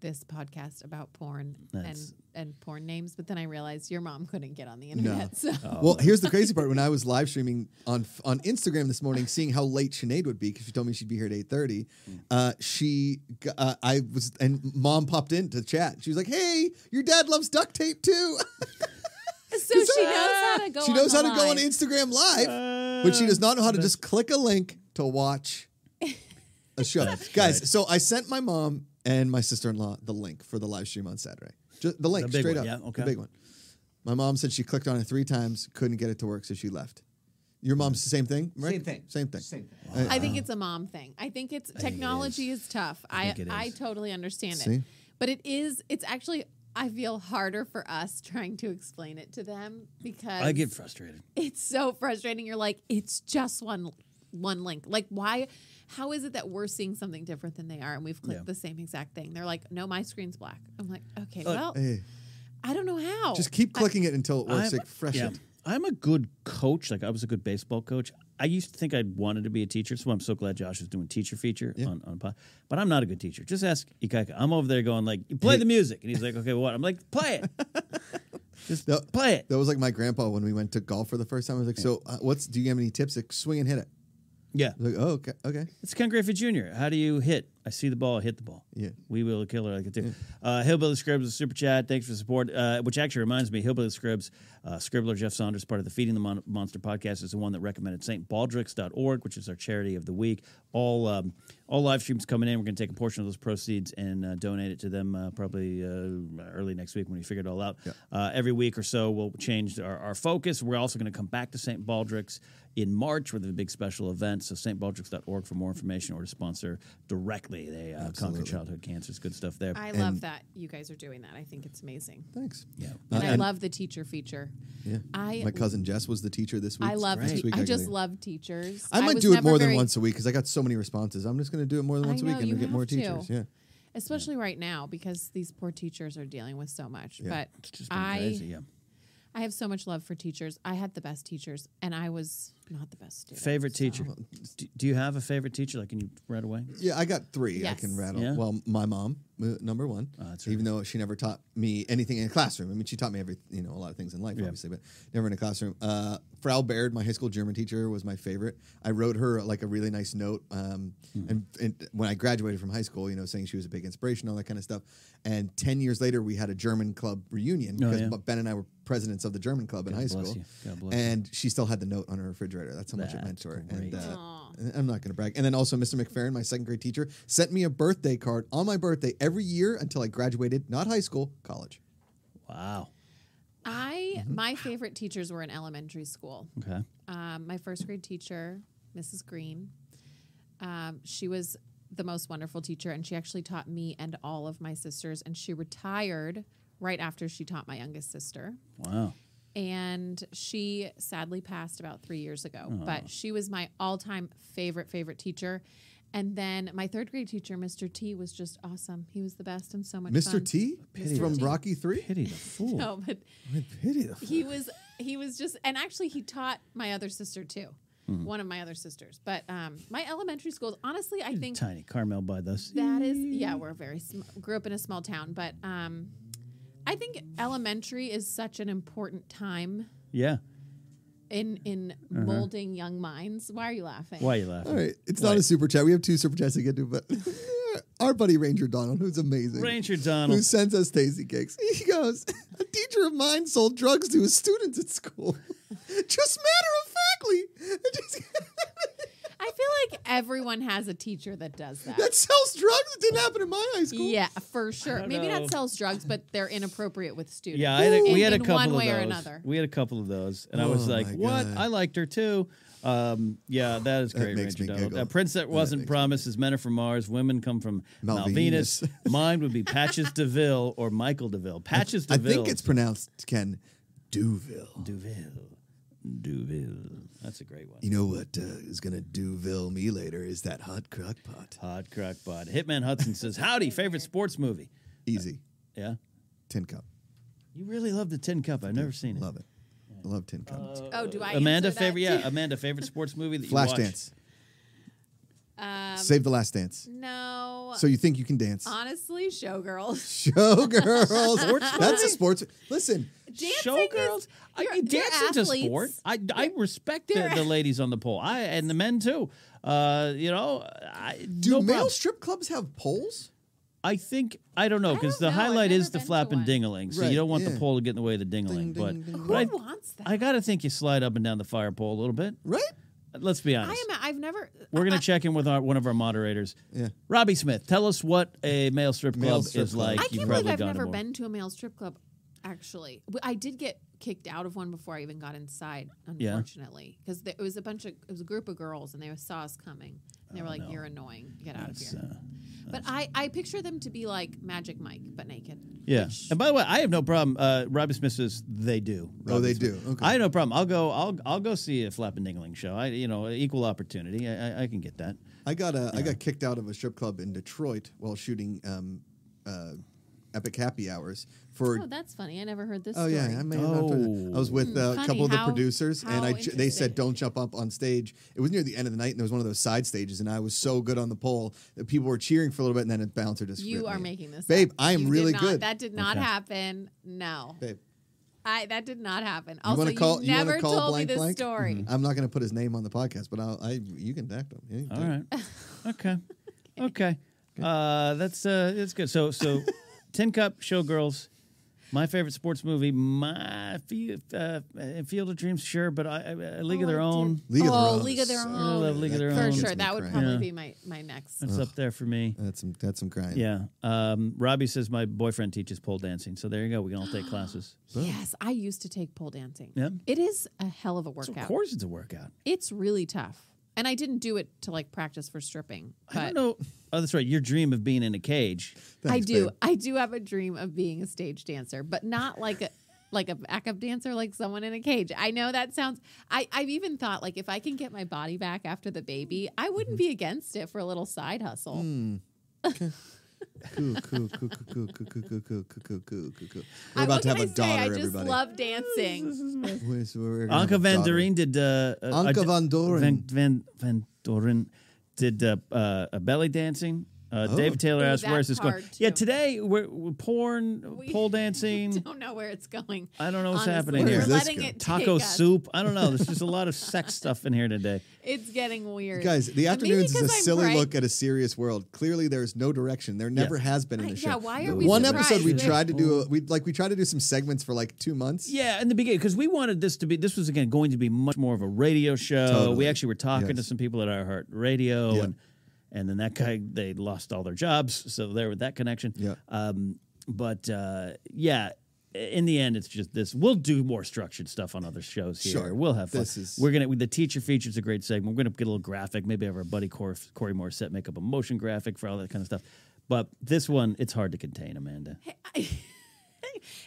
Speaker 3: this podcast about porn
Speaker 1: That's-
Speaker 3: and and porn names, but then I realized your mom couldn't get on the internet. [laughs] So
Speaker 1: Oh.
Speaker 2: Well, here's the crazy part. When I was live streaming on on Instagram this morning, seeing how late Sinead would be because she told me she'd be here at eight thirty,
Speaker 1: Mm.
Speaker 2: uh, she g- uh, I was and mom popped in to chat. She was like, "Hey, your dad loves duct tape too." [laughs]
Speaker 3: so she knows how to go.
Speaker 2: she knows
Speaker 3: on
Speaker 2: how to
Speaker 3: the
Speaker 2: go on
Speaker 3: live.
Speaker 2: Instagram Live,
Speaker 1: Uh,
Speaker 2: but she does not know how to just click a link to
Speaker 3: [laughs]
Speaker 2: watch a show. Guys, so I sent my mom and my sister in law the link for the live stream on Saturday. Just the link
Speaker 1: The big
Speaker 2: straight
Speaker 1: one,
Speaker 2: up.
Speaker 1: yeah, okay.
Speaker 2: The big one. My mom said she clicked on it three times, couldn't get it to work, so she left. Your mom's the same thing, right?
Speaker 4: Same thing.
Speaker 2: Same thing.
Speaker 4: Same thing.
Speaker 3: I think it's a mom thing. I think it's technology is. tough. I
Speaker 1: think it
Speaker 3: I
Speaker 1: is.
Speaker 3: totally understand
Speaker 2: See?
Speaker 3: it. But it is it's actually I feel harder for us trying to explain it to them because
Speaker 1: I get frustrated.
Speaker 3: it's so frustrating. You're like, it's just one one link. Like why how is it that we're seeing something different than they are and we've clicked
Speaker 1: Yeah.
Speaker 3: the same exact thing? They're like, no, my screen's black. I'm like, okay,
Speaker 1: Uh,
Speaker 3: well,
Speaker 2: Hey,
Speaker 3: I don't know how.
Speaker 2: just keep clicking it until it works.
Speaker 1: I'm-
Speaker 2: Like fresh
Speaker 1: yeah.
Speaker 2: it.
Speaker 1: I'm a good coach. Like I was a good baseball coach. I used to think I wanted to be a teacher, so I'm so glad Josh is doing teacher feature on on pod. But I'm not a good teacher. Just ask Ikaika. I'm over there going like, play the music, and he's like, okay, what? I'm like, play it. [laughs] Just
Speaker 2: That-
Speaker 1: play it.
Speaker 2: That was like my grandpa when we went to golf for the first time. I was like, "So, uh, what's? Do you have any tips? Like, swing and hit it."
Speaker 1: Yeah,
Speaker 2: I was like, "Oh, okay, okay."
Speaker 1: it's Ken Griffey Jr. How do you hit? I see the ball, I hit the ball.
Speaker 2: Yeah.
Speaker 1: we will kill her like a dude. Uh, Hillbilly Scribs, a super chat. Thanks for the support. Uh, which actually reminds me, Hillbilly Scribs, uh, Scribbler Jeff Saunders, part of the Feeding the Mon- Monster podcast, is the one that recommended StBaldrick's.org, which is our charity of the week. All um, all live streams coming in. We're going to take a portion of those proceeds and uh, donate it to them uh, probably uh, early next week when we figure it all out. Uh, every week or so, we'll change our, our focus. We're also going to come back to St. Baldrick's in March with a big special event. So stbaldrick's.org for more information or to sponsor directly movie. They uh, conquer
Speaker 2: Absolutely.
Speaker 1: childhood cancers. Good stuff there.
Speaker 3: I love that you guys are doing that. I think it's amazing.
Speaker 2: Thanks. Uh,
Speaker 1: yeah.
Speaker 3: And I
Speaker 2: and-
Speaker 3: love the teacher feature.
Speaker 2: Yeah.
Speaker 3: I
Speaker 2: My cousin Jess was the teacher this week.
Speaker 3: I love
Speaker 2: This
Speaker 3: te-
Speaker 2: week
Speaker 3: I
Speaker 2: got
Speaker 3: just
Speaker 2: the-
Speaker 3: love teachers.
Speaker 2: I might
Speaker 3: was
Speaker 2: do it
Speaker 3: never
Speaker 2: more than
Speaker 3: very-
Speaker 2: once a week because I got so many responses. I'm just going to do it more than
Speaker 3: I
Speaker 2: once
Speaker 3: know,
Speaker 2: a week and
Speaker 3: you
Speaker 2: we'll get more
Speaker 3: have to.
Speaker 2: teachers. Yeah.
Speaker 3: especially right now because these poor teachers are dealing with so much.
Speaker 2: Yeah.
Speaker 1: It's
Speaker 3: But
Speaker 1: just been
Speaker 3: I
Speaker 1: crazy. Yeah.
Speaker 3: I have so much love for teachers. I had the best teachers, and I was not the best student.
Speaker 1: Favorite
Speaker 3: so-
Speaker 1: teacher? D- Do you have a favorite teacher? Like, can you right away?
Speaker 2: Yeah, I got three I
Speaker 3: Yes.
Speaker 2: can rattle.
Speaker 1: Yeah. Oh,
Speaker 2: Well, my mom, uh, number one,
Speaker 1: that's
Speaker 2: even though she never taught me anything in a classroom. I mean, she taught me every, you know, a lot of things in life,
Speaker 1: Yeah.
Speaker 2: obviously, but never in a classroom. Uh, Frau Baird, my high school German teacher, was my favorite. I wrote her like a really nice note, um,
Speaker 1: Hmm.
Speaker 2: and, and when I graduated from high school, you know, saying she was a big inspiration, all that kind of stuff. And ten years later, we had a German club reunion
Speaker 1: Oh,
Speaker 2: because
Speaker 1: yeah.
Speaker 2: Ben and I were presidents of the German club in high
Speaker 1: bless
Speaker 2: school,
Speaker 1: you. God bless you.
Speaker 2: and she still had the note on her refrigerator. That's how much it meant
Speaker 1: That's
Speaker 2: to her. And,
Speaker 1: great.
Speaker 2: uh,
Speaker 3: Aw.
Speaker 2: and I'm not going to brag. And then also, Mr. McFerrin, my second grade teacher, sent me a birthday card on my birthday every year until I graduated, not high school, college.
Speaker 1: Wow.
Speaker 3: I
Speaker 2: Mm-hmm.
Speaker 3: my favorite teachers were in elementary school.
Speaker 1: Okay.
Speaker 3: Um, my first grade teacher, Mrs. Green, um, she was the most wonderful teacher, and she actually taught me and all of my sisters. And she retired right after she taught my youngest sister.
Speaker 1: Wow.
Speaker 3: and she sadly passed about three years ago. But she was my all-time favorite favorite teacher. And then my third grade teacher, Mr. T, was just awesome. He was the best and so much fun.
Speaker 2: Mr. T from
Speaker 3: T.
Speaker 2: Rocky Three.
Speaker 1: Pity the fool.
Speaker 3: [laughs] No, but
Speaker 2: Pity the
Speaker 3: he was he was just and actually he taught my other sister too.
Speaker 2: Mm-hmm.
Speaker 3: One of my other sisters. But um, my elementary schools, honestly, I think
Speaker 1: Tiny Carmel by the sea.
Speaker 3: that is yeah we're very sm- grew up in a small town but um i think elementary is such an important time
Speaker 1: Yeah.
Speaker 3: in in molding young minds. Why are you laughing?
Speaker 1: Mm-hmm. Why are you laughing?
Speaker 2: All right, it's not a super chat. We have two super chats to get to, but [laughs] our buddy Ranger Donald, who's amazing,
Speaker 1: Ranger
Speaker 2: who
Speaker 1: Donald.
Speaker 2: sends us tasty cakes. [laughs] He goes, a teacher of mine sold drugs to his students at school, [laughs] just matter of factly. [laughs]
Speaker 3: I feel like everyone has a teacher that does that.
Speaker 2: that sells drugs. It didn't happen in my high school.
Speaker 3: yeah, for sure. Maybe
Speaker 1: know.
Speaker 3: not sells drugs, but they're inappropriate with students.
Speaker 1: Yeah, I had a,
Speaker 3: in,
Speaker 1: we had a
Speaker 3: in
Speaker 1: couple
Speaker 3: one
Speaker 1: of
Speaker 3: way
Speaker 1: those.
Speaker 3: or another.
Speaker 1: We had a couple of those, and I was
Speaker 2: Oh,
Speaker 1: like,
Speaker 2: my
Speaker 1: "What?
Speaker 2: God.
Speaker 1: I liked her too." Um, yeah, that is great,
Speaker 2: makes
Speaker 1: Ranger
Speaker 2: me
Speaker 1: Donald. A
Speaker 2: giggle.
Speaker 1: prince that
Speaker 2: That
Speaker 1: wasn't
Speaker 2: makes me-
Speaker 1: promised is men are from Mars. Women come from Malvinas.
Speaker 2: Malvinas. [laughs]
Speaker 1: Mine would be Patches Deville or Michael Deville. Patches
Speaker 2: I
Speaker 1: Deville.
Speaker 2: think it's pronounced Ken Duville.
Speaker 1: Duville. Duville. That's a great one.
Speaker 2: You know what uh, is gonna Duville me later is that hot crock pot.
Speaker 1: Hot crock pod. Hitman Hudson says, "Howdy, favorite sports movie."
Speaker 2: Easy,
Speaker 1: Yeah,
Speaker 2: tin cup.
Speaker 1: you really love the Tin Cup. I've never seen it.
Speaker 2: Love it. I love tin cup.
Speaker 1: Uh,
Speaker 3: oh, do I?
Speaker 1: Amanda,
Speaker 3: answer that
Speaker 1: favorite.
Speaker 3: [laughs]
Speaker 1: Yeah,
Speaker 3: too?
Speaker 1: Amanda, favorite sports movie that you watch.
Speaker 2: Flashdance.
Speaker 1: Um,
Speaker 2: Save the last dance.
Speaker 3: No.
Speaker 2: So you think you can dance?
Speaker 3: honestly, showgirls.
Speaker 2: [laughs] Showgirls. That's a sports. Listen,
Speaker 3: Dancing is-
Speaker 1: Showgirls, I
Speaker 3: you're-
Speaker 1: mean,
Speaker 3: they're
Speaker 1: dancing's a
Speaker 3: athletes.
Speaker 1: sport. I, I respect the,
Speaker 3: They're- [laughs]
Speaker 1: the ladies on the pole. I and the men too. Uh, you know, I,
Speaker 2: do
Speaker 1: no
Speaker 2: male
Speaker 1: problem.
Speaker 2: strip clubs have poles?
Speaker 1: I think I don't know
Speaker 3: I
Speaker 1: because the
Speaker 3: don't know. I've
Speaker 1: highlight
Speaker 3: never
Speaker 1: is the
Speaker 3: been to
Speaker 1: flap and
Speaker 3: one.
Speaker 1: dingaling, so
Speaker 2: Right,
Speaker 1: you don't want the
Speaker 2: yeah.
Speaker 1: pole to get in the way of the dingaling.
Speaker 2: ding,
Speaker 1: but
Speaker 2: ding, ding.
Speaker 3: Who
Speaker 1: but I,
Speaker 3: wants that?
Speaker 1: I gotta think you slide up and down the fire pole a little bit.
Speaker 2: Right?
Speaker 1: Let's be honest.
Speaker 3: I am. I've never.
Speaker 1: We're
Speaker 3: [laughs]
Speaker 1: gonna check in with our, one of our moderators.
Speaker 2: Yeah.
Speaker 1: Robbie Smith, tell us what a male strip club
Speaker 2: Male strip
Speaker 1: is
Speaker 2: club.
Speaker 1: like.
Speaker 3: I
Speaker 1: You've
Speaker 3: can't believe
Speaker 1: probably
Speaker 3: I've
Speaker 1: gone to
Speaker 3: never
Speaker 1: more.
Speaker 3: been to a male strip club. Actually, W- I did get kicked out of one before I even got inside.
Speaker 1: Yeah.
Speaker 3: Unfortunately, because it was a bunch of it was a group of girls, and they saw us coming. And they were like, "You're annoying. Get out
Speaker 1: Oh, That's,
Speaker 3: of here." but I I picture them to be like Magic Mike, but naked.
Speaker 1: Yeah.
Speaker 3: which-
Speaker 1: And by the way, I have no problem. Uh, Robbie Smith says they do.
Speaker 2: Oh,
Speaker 1: Robbie
Speaker 2: they
Speaker 1: Smith.
Speaker 2: do. Okay.
Speaker 1: I have no problem. I'll go. I'll I'll go see a Flap and Dingling show. I you know equal opportunity. I I, I can get that.
Speaker 2: I got a, I got kicked out of a strip club in Detroit while shooting um, uh, epic happy hours for
Speaker 3: Oh, that's funny. I never heard this.
Speaker 2: Oh
Speaker 3: story.
Speaker 2: yeah, I may have not told you. I
Speaker 1: Oh.
Speaker 2: was with uh, a
Speaker 3: Hmm, funny
Speaker 2: couple of the
Speaker 3: how-
Speaker 2: producers, and
Speaker 3: how
Speaker 2: I ju- they
Speaker 3: interesting.
Speaker 2: said don't jump up on stage. It was near the end of the night, and there was one of those side stages, and I was so good on the pole that people were cheering for a little bit, and then a bouncer just
Speaker 3: You
Speaker 2: ripped
Speaker 3: are
Speaker 2: me.
Speaker 3: making this,
Speaker 2: babe.
Speaker 3: up.
Speaker 2: I am
Speaker 3: You did
Speaker 2: really
Speaker 3: not-
Speaker 2: good,
Speaker 3: That did not
Speaker 1: Okay.
Speaker 3: happen. No,
Speaker 2: babe.
Speaker 3: I that did not happen.
Speaker 2: You
Speaker 3: Also,
Speaker 2: want
Speaker 3: you,
Speaker 2: to call? You want
Speaker 3: never
Speaker 2: to call
Speaker 3: told me
Speaker 2: blank
Speaker 3: this
Speaker 2: blank?
Speaker 3: story.
Speaker 1: Mm-hmm.
Speaker 2: I'm not going to put his name on the podcast, but I'll, I you can act him. Yeah, you can
Speaker 1: All
Speaker 2: do it.
Speaker 1: [laughs] right. okay. Okay. Uh, that's uh, that's good. So
Speaker 2: [laughs]
Speaker 1: so, Tin Cup Showgirls. My favorite sports movie, my Fe- uh, Field of Dreams, sure, but I, I, League of Their Own.
Speaker 2: League of Their
Speaker 3: Oh,
Speaker 2: Own
Speaker 3: League
Speaker 2: is
Speaker 3: of Their
Speaker 2: so
Speaker 3: Own.
Speaker 2: good.
Speaker 1: I love League of
Speaker 2: That
Speaker 1: Their
Speaker 2: gets
Speaker 1: Own.
Speaker 3: For
Speaker 2: me
Speaker 3: sure, that would
Speaker 2: crying.
Speaker 3: probably
Speaker 1: Yeah.
Speaker 3: be my my next.
Speaker 1: That's up there for me.
Speaker 2: That's some that's some crying.
Speaker 1: Yeah. Um, Robbie says my boyfriend teaches pole dancing, so there you go. We can all take classes.
Speaker 3: Yes, I used to take pole dancing.
Speaker 1: Yeah.
Speaker 3: It is a hell of a workout.
Speaker 1: Of course, it's a workout.
Speaker 3: It's really tough. And I didn't do it to like practice for stripping. But
Speaker 1: I don't know. Oh, that's right. Your dream of being in a cage.
Speaker 3: I
Speaker 2: Thanks,
Speaker 3: do.
Speaker 2: babe.
Speaker 3: I do have a dream of being a stage dancer, but not like a like a backup dancer, like someone in a cage. I know that sounds. I I've even thought like if I can get my body back after the baby, I
Speaker 2: Mm-hmm.
Speaker 3: wouldn't be against it for a little side hustle.
Speaker 2: Mm. Coo, coo, coo, coo, coo, coo, coo, coo, coo, coo, coo, coo, coo.
Speaker 3: I-
Speaker 2: We're about
Speaker 3: what
Speaker 2: to
Speaker 3: can
Speaker 2: have a
Speaker 3: I say?
Speaker 2: daughter,
Speaker 3: I just
Speaker 2: everybody. [laughs]
Speaker 3: love dancing.
Speaker 2: We're- so we're gonna have a
Speaker 1: Anka Van
Speaker 2: daughter.
Speaker 1: Doren did. Uh, uh,
Speaker 2: Anke
Speaker 1: uh,
Speaker 2: Van Doren.
Speaker 1: Van, Van, Van Doren did uh, uh, a belly dancing. Uh,
Speaker 2: Oh.
Speaker 1: David Taylor
Speaker 3: Ooh,
Speaker 1: asked,
Speaker 3: that
Speaker 1: "Where's this going?"
Speaker 3: part,
Speaker 1: Yeah,
Speaker 3: too.
Speaker 1: today we're, we're porn,
Speaker 3: [laughs] We-
Speaker 1: pole dancing,
Speaker 3: Don't know where it's going.
Speaker 1: I don't know what's
Speaker 3: Honestly,
Speaker 1: happening
Speaker 2: Where
Speaker 3: We're
Speaker 2: is this
Speaker 3: letting
Speaker 2: going?
Speaker 3: it
Speaker 1: taco
Speaker 3: take us.
Speaker 1: soup. I don't know. There's just a lot of sex stuff in here
Speaker 3: [laughs]
Speaker 1: today.
Speaker 3: It's getting weird,
Speaker 2: Guys, the
Speaker 3: And maybe
Speaker 2: afternoons is a
Speaker 3: because I'm
Speaker 2: silly
Speaker 3: bright-
Speaker 2: look at a serious world. Clearly, there is no direction. There never
Speaker 1: Yes.
Speaker 2: has been in
Speaker 3: I-
Speaker 2: the show.
Speaker 3: yeah, why are we
Speaker 2: One
Speaker 3: surprised?
Speaker 2: episode we
Speaker 3: There's-
Speaker 2: tried to do, a, we like we tried to do some segments for like two months.
Speaker 1: Yeah, in the beginning, because we wanted this to be, this was again going to be much more of a radio show.
Speaker 2: Totally.
Speaker 1: We actually were talking to
Speaker 2: Yes.
Speaker 1: some people at our heart radio,
Speaker 2: Yeah.
Speaker 1: and and then that guy they lost all their jobs, so there with that connection.
Speaker 2: Yeah.
Speaker 1: Um, but uh, yeah, in the end, it's just this. We'll do more structured stuff on other shows here.
Speaker 2: Sure.
Speaker 1: We'll have fun.
Speaker 2: This is-
Speaker 1: we're gonna the teacher feature is a great segment. We're gonna get a little graphic. Maybe have our buddy Corey, Corey Morissette make up a motion graphic for all that kind of stuff. But this one, it's hard to contain, Amanda.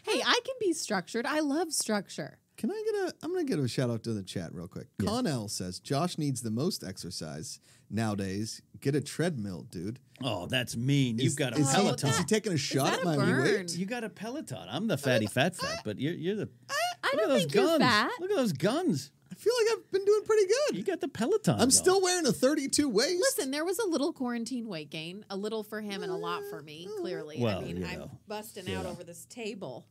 Speaker 3: Hey, I can be structured. I love structure.
Speaker 2: Can I get a? I'm gonna give a shout out to the chat real quick. Connell says Josh needs the most exercise nowadays. Get a treadmill, dude.
Speaker 1: Oh, that's mean. You've got a
Speaker 2: is
Speaker 1: Peloton.
Speaker 2: He, is he taking a shot
Speaker 3: that
Speaker 2: at
Speaker 3: a
Speaker 2: my
Speaker 3: burn?
Speaker 2: weight?
Speaker 1: You got a Peloton. I'm the
Speaker 3: [laughs]
Speaker 1: fatty fat fat, but you're you're the. look
Speaker 3: I
Speaker 1: at
Speaker 3: don't
Speaker 1: those
Speaker 3: think
Speaker 1: guns.
Speaker 3: you're fat.
Speaker 1: Look at those guns.
Speaker 2: I feel like I've been doing pretty good.
Speaker 1: You got the Peloton.
Speaker 2: I'm
Speaker 1: though.
Speaker 2: still wearing a 32 waist.
Speaker 3: Listen, there was a little quarantine weight gain, a little for him and a lot for me, clearly.
Speaker 1: Well,
Speaker 3: I mean,
Speaker 1: you
Speaker 3: I'm
Speaker 1: know,
Speaker 3: busting out over this table.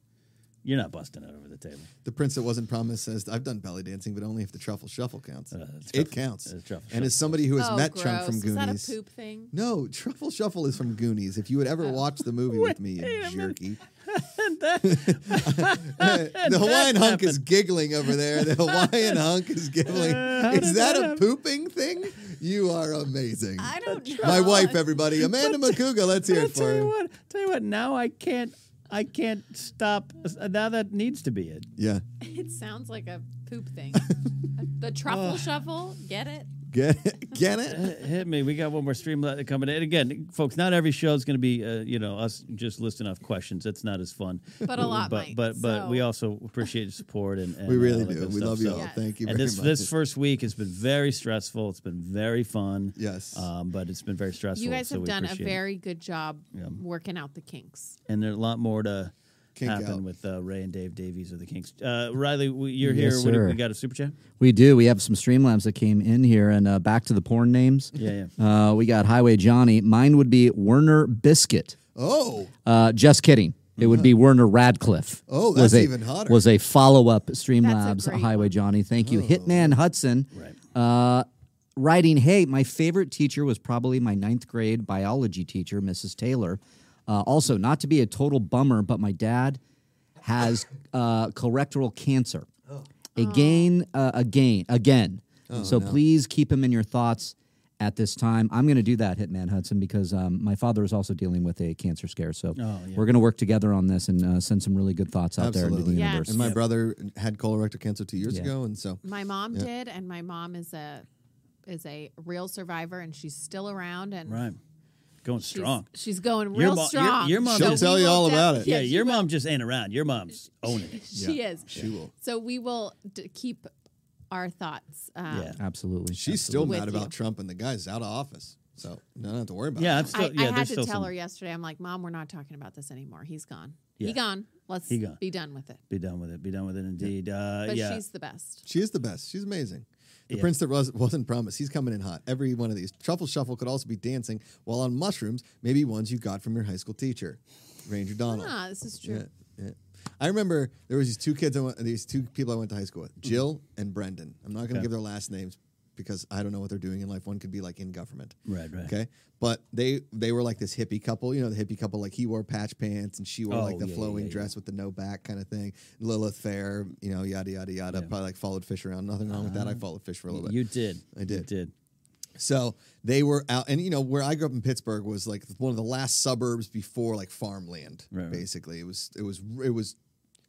Speaker 1: You're not busting it over the
Speaker 2: [laughs]
Speaker 1: table.
Speaker 2: The prince that wasn't promised says, "I've done belly dancing, but only if the truffle shuffle counts.
Speaker 1: Uh, it's
Speaker 2: it
Speaker 1: truffle-
Speaker 2: counts."
Speaker 1: it's truffle
Speaker 2: and
Speaker 1: shuffle.
Speaker 2: as somebody who has
Speaker 3: oh,
Speaker 2: met
Speaker 3: gross.
Speaker 2: Chunk from
Speaker 3: Is
Speaker 2: Goonies,
Speaker 3: that a poop Oh. thing?
Speaker 2: [laughs] no, truffle shuffle is from Goonies. If you had ever watched the
Speaker 1: [laughs]
Speaker 2: movie with me, you jerky. [laughs] the Hawaiian hunk is giggling over
Speaker 1: [laughs]
Speaker 2: there. The Hawaiian hunk
Speaker 1: Uh,
Speaker 2: is giggling. Is that a pooping thing? You are amazing.
Speaker 3: I don't know.
Speaker 2: My wife, everybody, Amanda Makuga. Let's hear
Speaker 1: But I
Speaker 2: it for
Speaker 1: tell you
Speaker 2: her.
Speaker 1: what. Tell you what. Now I can't. I can't stop. uh, Now that needs to be it.
Speaker 2: Yeah,
Speaker 3: [laughs]
Speaker 2: [laughs]
Speaker 3: It sounds like a poop thing. the truffle shuffle, get it?
Speaker 2: get it? Get it?
Speaker 1: Hit me. We got one more stream le- coming. And again, folks, not every show is going to be, uh, you know, us just listing off questions. That's not as fun.
Speaker 3: But a lot
Speaker 1: But
Speaker 3: might,
Speaker 1: but, but we
Speaker 3: so-
Speaker 1: also appreciate your support and, and uh,
Speaker 2: We really
Speaker 1: all that
Speaker 2: do.
Speaker 1: good
Speaker 2: We
Speaker 1: stuff.
Speaker 2: love you
Speaker 1: So-
Speaker 2: all.
Speaker 3: Yes.
Speaker 2: Thank you very
Speaker 1: and this
Speaker 2: much.
Speaker 1: this first week has been very stressful. It's been very fun.
Speaker 2: Yes.
Speaker 1: um, but it's been very stressful.
Speaker 3: You guys
Speaker 1: so
Speaker 3: have
Speaker 1: we
Speaker 3: done a
Speaker 1: appreciate it.
Speaker 3: very good job working out the kinks.
Speaker 1: and there's a lot more to
Speaker 2: Kink
Speaker 1: happen
Speaker 2: out.
Speaker 1: with uh, Ray and Dave Davies of the Kinks. Uh, Riley, we- you're here.
Speaker 7: Yes,
Speaker 1: What do you-
Speaker 7: sir.
Speaker 1: we got a super chat.
Speaker 7: We do. We have some Streamlabs that came in here, and uh, back to the porn names.
Speaker 1: Yeah,
Speaker 7: Uh, we got Highway Johnny. Mine would be Werner Biscuit.
Speaker 2: Oh,
Speaker 7: Uh, just kidding. It would be Werner Radcliffe.
Speaker 2: Uh-huh. Oh,
Speaker 7: was
Speaker 2: that's
Speaker 7: a-
Speaker 2: even hotter. Oh.
Speaker 7: Was a follow up
Speaker 3: That's a
Speaker 7: Streamlabs
Speaker 3: great
Speaker 7: Highway Johnny. Thank you, Hitman Hudson. Right. Uh, writing, hey, my favorite teacher was probably my ninth grade biology teacher, Mrs. Taylor. Uh, also, not to be a total bummer, but my dad has uh, colorectal cancer.
Speaker 2: Oh.
Speaker 7: Again, uh, again, again. so please keep him in your thoughts at this time. I'm going to do that, Hitman Hudson, because um, my father is also dealing with a cancer scare.
Speaker 2: Oh,
Speaker 7: So we're going to work together on this and uh, send some really good thoughts out there into
Speaker 2: Absolutely.
Speaker 7: the
Speaker 2: Yeah.
Speaker 7: universe.
Speaker 2: and my brother had colorectal cancer two years
Speaker 7: Yeah.
Speaker 2: ago, and so
Speaker 3: My mom did, and my mom is a is a real survivor, and she's still around. And
Speaker 1: Right, going
Speaker 3: she's,
Speaker 1: strong.
Speaker 3: She's going
Speaker 1: Your
Speaker 3: real
Speaker 1: mo- your-
Speaker 3: strong.
Speaker 1: your mom
Speaker 2: She'll
Speaker 1: is-
Speaker 2: tell
Speaker 3: we
Speaker 2: you
Speaker 3: will
Speaker 2: all
Speaker 3: def-
Speaker 2: about it.
Speaker 1: Yeah, your
Speaker 3: she will.
Speaker 1: mom just ain't around. Your mom's owning it.
Speaker 3: [laughs] She is.
Speaker 2: she will.
Speaker 3: So we will d- keep our thoughts. Um,
Speaker 1: Yeah.
Speaker 7: Absolutely.
Speaker 2: She's still
Speaker 3: With
Speaker 2: mad
Speaker 3: you.
Speaker 2: about Trump, and the guy's out of office, so you don't have to worry about.
Speaker 1: Yeah,
Speaker 2: it.
Speaker 1: I'm still,
Speaker 3: I,
Speaker 1: yeah.
Speaker 3: I had
Speaker 1: there's
Speaker 3: to
Speaker 1: still
Speaker 3: tell
Speaker 1: some,
Speaker 3: her yesterday. I'm like, Mom, we're not talking about this anymore. He's gone.
Speaker 1: Yeah.
Speaker 3: He gone. Let's
Speaker 1: He gone.
Speaker 3: be done with it.
Speaker 1: Be done with it. Be done with it. Indeed. Uh,
Speaker 3: But
Speaker 1: yeah.
Speaker 3: she's the best.
Speaker 2: She is the best. She's amazing. The
Speaker 1: Yeah.
Speaker 2: prince that was, wasn't promised. He's coming in hot. Every one of these. Truffle Shuffle could also be dancing while on mushrooms, maybe ones you got from your high school teacher, Ranger Donald.
Speaker 3: Ah, this is true.
Speaker 2: Yeah, yeah. I remember there was these two kids. I went, these two people I went to high school
Speaker 1: Mm-hmm.
Speaker 2: with, Jill and Brendan. I'm not going to give their last names because I don't know what they're doing in life. One could be like in government,
Speaker 1: Right, right.
Speaker 2: Okay, but they they were like this hippie couple. You know, the hippie couple. Like he wore patch pants and she wore
Speaker 1: Oh,
Speaker 2: like the
Speaker 1: yeah, yeah,
Speaker 2: flowing
Speaker 1: yeah,
Speaker 2: dress with the no back kind of thing. Lilith Fair, you know, yada yada yada. Probably like followed Fish around. Nothing wrong with that. I followed Fish for a little bit.
Speaker 1: Uh-huh. You did.
Speaker 2: I did.
Speaker 1: You did.
Speaker 2: So they were out, and you know where I grew up in Pittsburgh was like one of the last suburbs before like farmland.
Speaker 1: Right, right.
Speaker 2: Basically, it was it was it was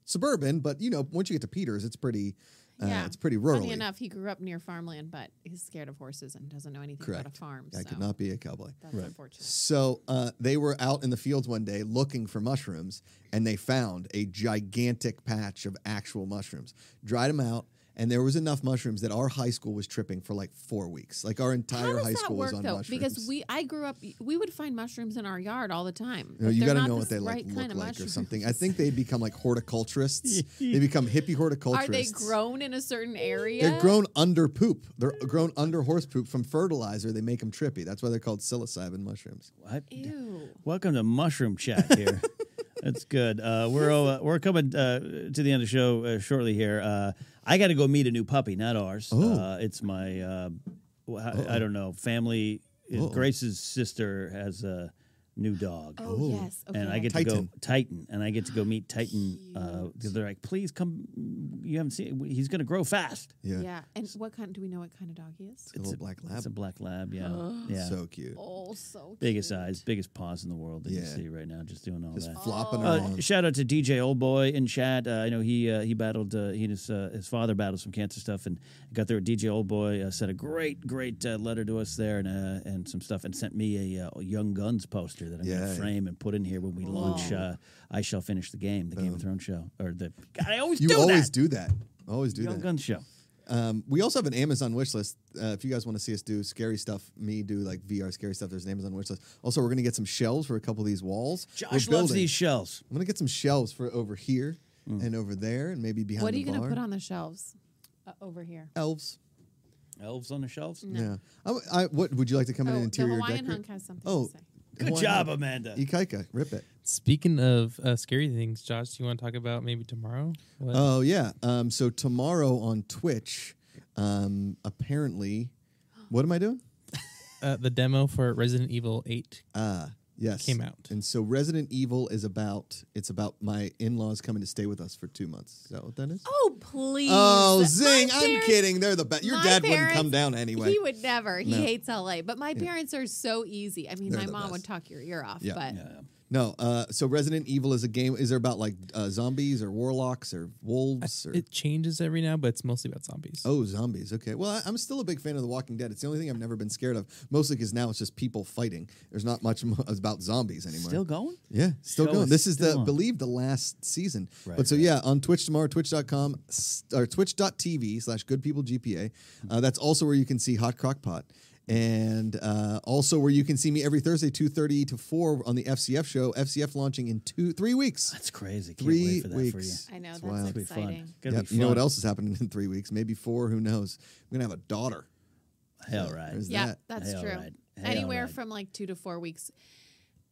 Speaker 2: suburban, but you know once you get to Peters, it's pretty. Uh,
Speaker 3: yeah.
Speaker 2: It's pretty rural.
Speaker 3: Funny enough, he grew up near farmland, but he's scared of horses and doesn't know anything about
Speaker 2: Correct.
Speaker 3: a farm.
Speaker 2: I
Speaker 3: so
Speaker 2: could not be a cowboy.
Speaker 3: That's unfortunate.
Speaker 2: So uh, they were out in the fields one day looking for mushrooms, and they found a gigantic patch of actual mushrooms. Dried them out, and there was enough mushrooms that our high school was tripping for like four weeks. Like our
Speaker 3: How
Speaker 2: entire
Speaker 3: does
Speaker 2: high
Speaker 3: that
Speaker 2: school
Speaker 3: work
Speaker 2: was on
Speaker 3: though?
Speaker 2: mushrooms.
Speaker 3: Because we, I grew up, we would find mushrooms in our yard all the time.
Speaker 2: You, know,
Speaker 3: If
Speaker 2: you
Speaker 3: they're
Speaker 2: got to
Speaker 3: not
Speaker 2: know
Speaker 3: the
Speaker 2: what they like
Speaker 3: right
Speaker 2: look
Speaker 3: kind
Speaker 2: like
Speaker 3: of
Speaker 2: or
Speaker 3: mushroom.
Speaker 2: something. I think they become like horticulturists. they become hippie horticulturists.
Speaker 3: [laughs] Are they grown in a certain area?
Speaker 2: They're grown under poop. They're grown under horse poop from fertilizer. They make them trippy. That's why they're called psilocybin mushrooms.
Speaker 1: What?
Speaker 3: Ew.
Speaker 1: Welcome to Mushroom Chat
Speaker 3: [laughs]
Speaker 1: here. That's good. Uh, we're uh, we're coming uh, to the end of the show uh, shortly here. Uh, I got to go meet a new puppy, not ours.
Speaker 2: Oh.
Speaker 1: Uh, it's my uh, wh- I, I don't know family. Grace's sister has a new dog.
Speaker 3: Oh, yes. Okay.
Speaker 1: And I get to go
Speaker 2: Titan.
Speaker 1: Titan, and I get to go meet Titan. Uh, 'cause they're like, please come. You haven't seen. He's gonna grow fast.
Speaker 2: Yeah.
Speaker 3: Yeah. And what kind? Do we know what kind of dog he is?
Speaker 2: A little black lab.
Speaker 1: It's a black lab. Yeah, yeah.
Speaker 2: So cute.
Speaker 3: Oh, so
Speaker 1: biggest
Speaker 3: cute.
Speaker 1: eyes, biggest paws in the world that you
Speaker 2: Yeah.
Speaker 1: see right now, just doing all
Speaker 2: Just
Speaker 1: that.
Speaker 2: flopping
Speaker 1: Uh,
Speaker 2: around.
Speaker 1: shout out to DJ Oldboy in chat. Uh, I know he uh, he battled uh, he and his uh, his father battled some cancer stuff and got there. DJ Oldboy uh, sent a great great uh, letter to us there and uh, and some stuff and sent me a uh, Young Guns poster that I'm gonna
Speaker 2: Yeah.
Speaker 1: frame and put in here when we launch. Uh, I shall finish the game, the Game of Thrones show or the God, I always
Speaker 2: You
Speaker 1: do
Speaker 2: always
Speaker 1: that.
Speaker 2: do that. Always do
Speaker 1: Young
Speaker 2: that.
Speaker 1: Guns show.
Speaker 2: Um, we also have an Amazon wish list. Uh, if you guys want to see us do scary stuff, me do like VR scary stuff. There's an Amazon wish list. Also, we're gonna get some shelves for a couple of these walls.
Speaker 1: Josh
Speaker 2: We're
Speaker 1: loves
Speaker 2: building.
Speaker 1: these shells.
Speaker 2: I'm gonna get some shelves for over here
Speaker 1: Mm.
Speaker 2: and over there, and maybe behind.
Speaker 3: What are
Speaker 2: the
Speaker 3: you going to
Speaker 2: bar.
Speaker 3: put on the shelves uh, over here?
Speaker 2: Elves.
Speaker 1: Elves on the shelves.
Speaker 2: Yeah. I, I, what would you like to come in
Speaker 3: oh,
Speaker 2: an interior
Speaker 3: the Hawaiian
Speaker 2: decor-
Speaker 3: hunk has something
Speaker 2: Oh,
Speaker 3: to say.
Speaker 1: Good
Speaker 2: Hawaiian
Speaker 1: job,
Speaker 2: hunk.
Speaker 1: Amanda.
Speaker 2: Ikaika, rip it.
Speaker 5: Speaking of uh, scary things, Josh, do you want to talk about maybe tomorrow? What?
Speaker 2: Oh yeah. Um, so tomorrow on Twitch, um,
Speaker 3: [gasps]
Speaker 2: apparently, what am I doing?
Speaker 5: Uh, the demo for Resident Evil 8.
Speaker 2: Ah, yes.
Speaker 5: Came out.
Speaker 2: And so Resident Evil is about it's about my in-laws coming to stay with us for two months. Is that what that is?
Speaker 3: Oh, please.
Speaker 2: Oh,
Speaker 3: My
Speaker 2: zing! I'm
Speaker 3: parents-
Speaker 2: kidding. They're the best. Your
Speaker 3: my
Speaker 2: dad wouldn't
Speaker 3: parents-
Speaker 2: come down anyway.
Speaker 3: He would never. He
Speaker 2: No.
Speaker 3: hates LA. But my parents are so easy. I mean,
Speaker 2: They're
Speaker 3: my
Speaker 2: the
Speaker 3: mom would
Speaker 2: best.
Speaker 3: talk your ear off,
Speaker 2: Yeah.
Speaker 3: but
Speaker 2: No. Uh, so Resident Evil is a game. Is there about like uh, zombies or warlocks or wolves or?
Speaker 5: It changes every now, but it's mostly about zombies.
Speaker 2: Oh, zombies. Okay. Well, I, I'm still a big fan of The Walking Dead. It's the only thing I've never been scared of. Mostly because now it's just people fighting. There's not much [laughs] mo- about zombies anymore.
Speaker 1: Still going?
Speaker 2: Yeah, still
Speaker 1: Show
Speaker 2: going.
Speaker 1: is
Speaker 2: This is
Speaker 1: still
Speaker 2: the
Speaker 1: on.
Speaker 2: believe the last season.
Speaker 1: Right,
Speaker 2: but so
Speaker 1: right.
Speaker 2: yeah, on Twitch tomorrow, twitch.com s- or twitch.tv slash good people GPA. Uh, that's also where you can see Hot Crock Pot. And uh, also where you can see me every Thursday, 2.30 to 4 on the FCF show. FCF launching in two three weeks.
Speaker 1: That's crazy. Can't wait
Speaker 2: Three
Speaker 1: for that for you.
Speaker 2: weeks.
Speaker 3: I know.
Speaker 2: It's
Speaker 3: That's
Speaker 2: wild.
Speaker 1: It'll be fun.
Speaker 3: exciting.
Speaker 1: Gonna
Speaker 2: Yep,
Speaker 1: be
Speaker 2: You know
Speaker 1: fun.
Speaker 2: what else is happening in three weeks? Maybe four, who knows? I'm going to have a daughter.
Speaker 1: Hell right.
Speaker 2: There's
Speaker 3: Yeah,
Speaker 2: that.
Speaker 3: that's
Speaker 1: Hell
Speaker 3: true.
Speaker 1: right. Hell
Speaker 3: Anywhere
Speaker 1: right.
Speaker 3: from like two to four weeks.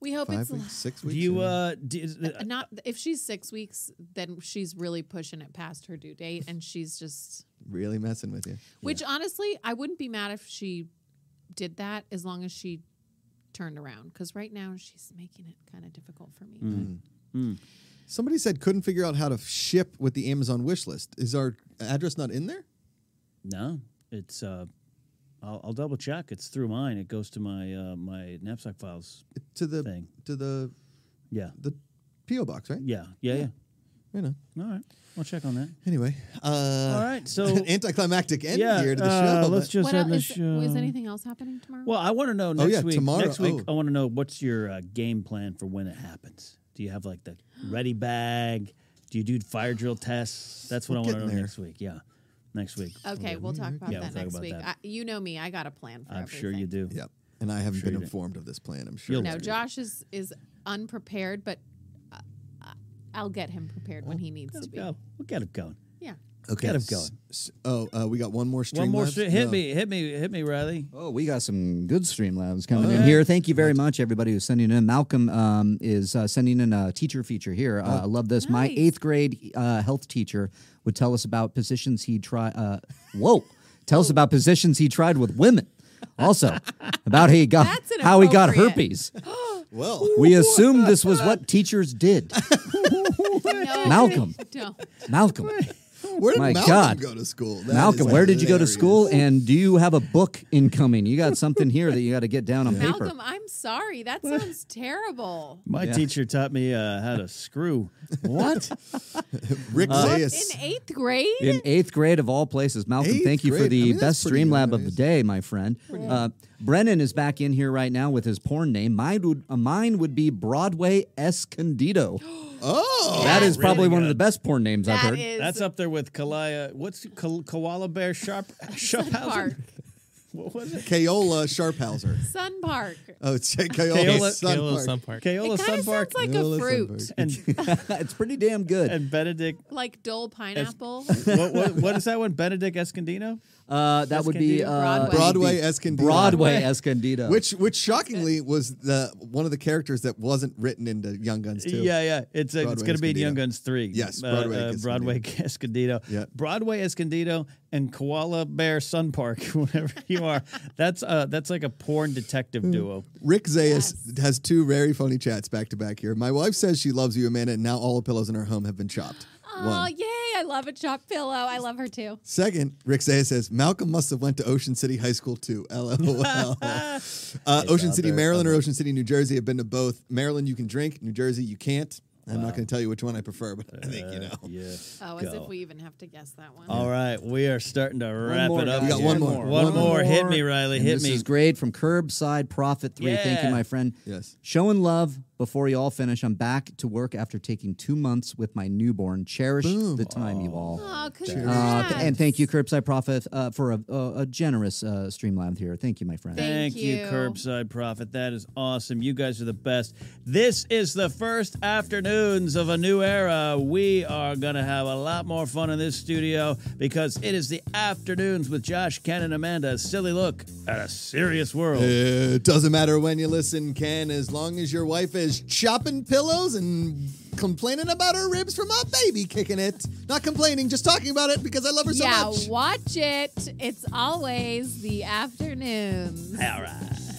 Speaker 3: We hope
Speaker 2: Five
Speaker 3: it's
Speaker 2: weeks, six
Speaker 1: Do
Speaker 2: weeks.
Speaker 1: you
Speaker 2: who knows?
Speaker 1: uh do, is-
Speaker 3: Uh, not if she's six weeks, then she's really pushing it past her due date, and she's just.
Speaker 2: really messing with you.
Speaker 3: Which honestly, I wouldn't be mad if she did that as long as she turned around. Because right now she's making it kind of difficult for me. but-
Speaker 1: Mm-hmm.
Speaker 2: Somebody said couldn't figure out how to ship with the Amazon wish list. Is our address not in there?
Speaker 1: no, it's uh I'll, I'll double check. It's through mine. It goes to my uh my knapsack files.
Speaker 2: To the
Speaker 1: Thing.
Speaker 2: to the
Speaker 1: Yeah.
Speaker 2: the PO box, right?
Speaker 1: Yeah. Yeah, yeah.
Speaker 2: You know.
Speaker 1: All right. I'll check on that.
Speaker 2: Anyway, uh,
Speaker 1: All right. So
Speaker 2: an [laughs] anticlimactic end
Speaker 1: yeah,
Speaker 2: here to the
Speaker 1: uh,
Speaker 2: show.
Speaker 1: let's
Speaker 2: but- Oh,
Speaker 1: just
Speaker 3: what
Speaker 1: end
Speaker 3: else
Speaker 1: the um,
Speaker 3: is,
Speaker 1: show.
Speaker 3: is anything else happening tomorrow?
Speaker 1: well, I want to know next
Speaker 2: yeah,
Speaker 1: week.
Speaker 2: tomorrow-
Speaker 1: Next week, I
Speaker 2: oh.
Speaker 1: want to know what's your uh, game plan for when it happens. Do you have like the ready bag? Do you do fire drill tests? That's what
Speaker 2: We're
Speaker 1: I want to
Speaker 2: getting
Speaker 1: know
Speaker 2: there.
Speaker 1: next week. Yeah, next week.
Speaker 3: okay, we'll talk about
Speaker 1: Yeah, we'll
Speaker 3: that
Speaker 1: talk
Speaker 3: next
Speaker 1: about
Speaker 3: week.
Speaker 1: that.
Speaker 3: I, you know me; I got a plan for
Speaker 1: I'm sure you
Speaker 3: everything.
Speaker 1: do.
Speaker 2: yeah, and I haven't
Speaker 1: Sure you
Speaker 2: been
Speaker 1: did.
Speaker 2: informed of this plan. I'm sure.
Speaker 1: You'll
Speaker 2: it's
Speaker 3: No,
Speaker 2: good.
Speaker 3: Josh is is unprepared, but uh, uh, I'll get him prepared when he needs
Speaker 1: Let's
Speaker 3: to be.
Speaker 1: go. We'll get it going.
Speaker 3: Yeah.
Speaker 2: Okay.
Speaker 1: Get him going.
Speaker 2: S- s- oh, uh, we got one more stream.
Speaker 1: One more.
Speaker 2: left?
Speaker 1: St- hit
Speaker 2: No.
Speaker 1: me. Hit me. Hit me, Riley.
Speaker 7: Oh, we got some good Streamlabs
Speaker 3: Oh,
Speaker 7: coming
Speaker 1: yeah.
Speaker 7: in here. Thank you very much, everybody who's sending in. Malcolm um, is uh, sending in a teacher feature here. Uh, I love this. My
Speaker 3: Oh. Nice.
Speaker 7: eighth grade uh, health teacher would tell us about positions he tried. Uh, whoa, tell
Speaker 3: Oh.
Speaker 7: us about positions he tried with women. Also, about how he got
Speaker 3: That's
Speaker 7: how he got
Speaker 3: inappropriate.
Speaker 7: herpes.
Speaker 2: Well,
Speaker 7: We assumed this was what teachers did.
Speaker 3: [laughs] No,
Speaker 7: Malcolm.
Speaker 3: [laughs] Don't.
Speaker 7: Malcolm,
Speaker 2: Where did
Speaker 7: My
Speaker 2: Malcolm
Speaker 7: God.
Speaker 2: go to school? That is
Speaker 7: Malcolm, where did you go to
Speaker 2: hilarious.
Speaker 7: school? And do you have a book incoming? You got something here that you got to get down on paper.
Speaker 3: Malcolm, I'm sorry. That sounds terrible.
Speaker 1: My
Speaker 7: Yeah.
Speaker 1: teacher taught me uh, how to
Speaker 2: [laughs]
Speaker 1: screw. What?
Speaker 2: Rick
Speaker 7: uh,
Speaker 3: In
Speaker 2: Zayas.
Speaker 3: eighth grade?
Speaker 7: In eighth grade of all places, Malcolm.
Speaker 2: Eighth
Speaker 7: thank you for
Speaker 2: grade.
Speaker 7: the
Speaker 2: I mean, that's
Speaker 7: best
Speaker 2: pretty
Speaker 7: stream
Speaker 2: young,
Speaker 7: lab
Speaker 2: that
Speaker 7: of the
Speaker 2: is.
Speaker 7: day, my friend. Uh, Brennan is back in here right now with his porn name. Mine would uh, mine would be Broadway
Speaker 2: [gasps]
Speaker 7: Escondido.
Speaker 2: Oh,
Speaker 7: that is
Speaker 1: really
Speaker 7: probably one
Speaker 1: good.
Speaker 7: of the best porn names I've
Speaker 3: That
Speaker 7: heard.
Speaker 3: is
Speaker 1: That's up there with Kalia. What's Ko- koala bear
Speaker 3: [laughs]
Speaker 1: sharp?
Speaker 3: Park.
Speaker 1: Sharphausen? What was it?
Speaker 2: Kayola Sharphauser.
Speaker 3: Sun Park.
Speaker 2: Oh, it's [laughs] Kayola
Speaker 1: Kayola-
Speaker 5: Kayla
Speaker 2: Sunpark.
Speaker 5: Sunpark.
Speaker 1: Kayola
Speaker 3: it kind
Speaker 1: Sunbark
Speaker 3: of sounds like
Speaker 2: Yola
Speaker 3: a fruit,
Speaker 2: Sunpark.
Speaker 1: and,
Speaker 3: [laughs]
Speaker 7: [laughs] it's pretty damn good.
Speaker 1: and Benedict.
Speaker 3: like dull pineapple.
Speaker 1: What, what, what is that one? Benedict Escondino?
Speaker 7: Uh, that would be
Speaker 1: Escondido?
Speaker 7: uh,
Speaker 3: Broadway.
Speaker 2: Broadway Escondido.
Speaker 7: Broadway Escondido.
Speaker 2: Which, which shockingly was the one of the characters that wasn't written into Young Guns 2.
Speaker 1: Yeah, yeah. It's uh, it's
Speaker 2: Broadway
Speaker 1: going to be in
Speaker 2: Escondido.
Speaker 1: Young Guns 3.
Speaker 2: Yes,
Speaker 1: Uh,
Speaker 2: Broadway
Speaker 1: uh,
Speaker 2: Escondido.
Speaker 1: Broadway [laughs] Escondido.
Speaker 2: Yeah.
Speaker 1: Broadway Escondido and Koala Bear Sun Park, [laughs] whatever you are. That's uh, that's like a porn
Speaker 2: Hmm.
Speaker 1: detective duo.
Speaker 2: Rick Zayas has two very funny chats back to back here. My wife says she loves you, Amanda, and now all the pillows in our home have been chopped.
Speaker 3: oh, yay. I love a chop pillow. I love her too.
Speaker 2: Second, Rick Zayas says Malcolm must have went to Ocean City High School too. [laughs] LOL. uh, Ocean City, Maryland, or Ocean City, New Jersey. I've been to both. Maryland, you can drink. New Jersey, you can't. I'm not going to tell you which one I prefer, but I think you know.
Speaker 1: Yeah.
Speaker 3: Oh, as
Speaker 1: Go.
Speaker 3: if we even have to guess that one.
Speaker 1: All right, we are starting to wrap
Speaker 7: more,
Speaker 1: it up.
Speaker 7: guys.
Speaker 2: We got
Speaker 1: here.
Speaker 2: one more.
Speaker 1: One,
Speaker 2: One
Speaker 1: more. Hit me, Riley.
Speaker 7: And
Speaker 1: Hit
Speaker 7: this
Speaker 1: me.
Speaker 7: is great from Curbside Profit 3. Thank you,
Speaker 1: Yeah.
Speaker 7: my friend.
Speaker 2: Yes.
Speaker 7: Showing love before you all finish. I'm back to work after taking two months with my newborn. Cherish the time, you all.
Speaker 3: Oh,
Speaker 7: Uh,
Speaker 3: congrats.
Speaker 7: th- and thank you, Curbside Profit, uh, for a, a, a generous uh, streamline here. Thank you, my friend.
Speaker 1: Thank
Speaker 3: Thank
Speaker 1: you,
Speaker 3: you.
Speaker 1: Curbside Profit. That is awesome. You guys are the best. This is the first afternoons of a new era. We are going to have a lot more fun in this studio because it is the afternoons with Josh, Ken, and Amanda. A silly look at a serious world.
Speaker 2: It doesn't matter when you listen, Ken, as long as your wife is chopping pillows and complaining about her ribs from a baby kicking it. Not complaining, just talking about it because I love her so
Speaker 3: yeah,
Speaker 2: much.
Speaker 3: watch it. It's always the afternoons.
Speaker 1: All right.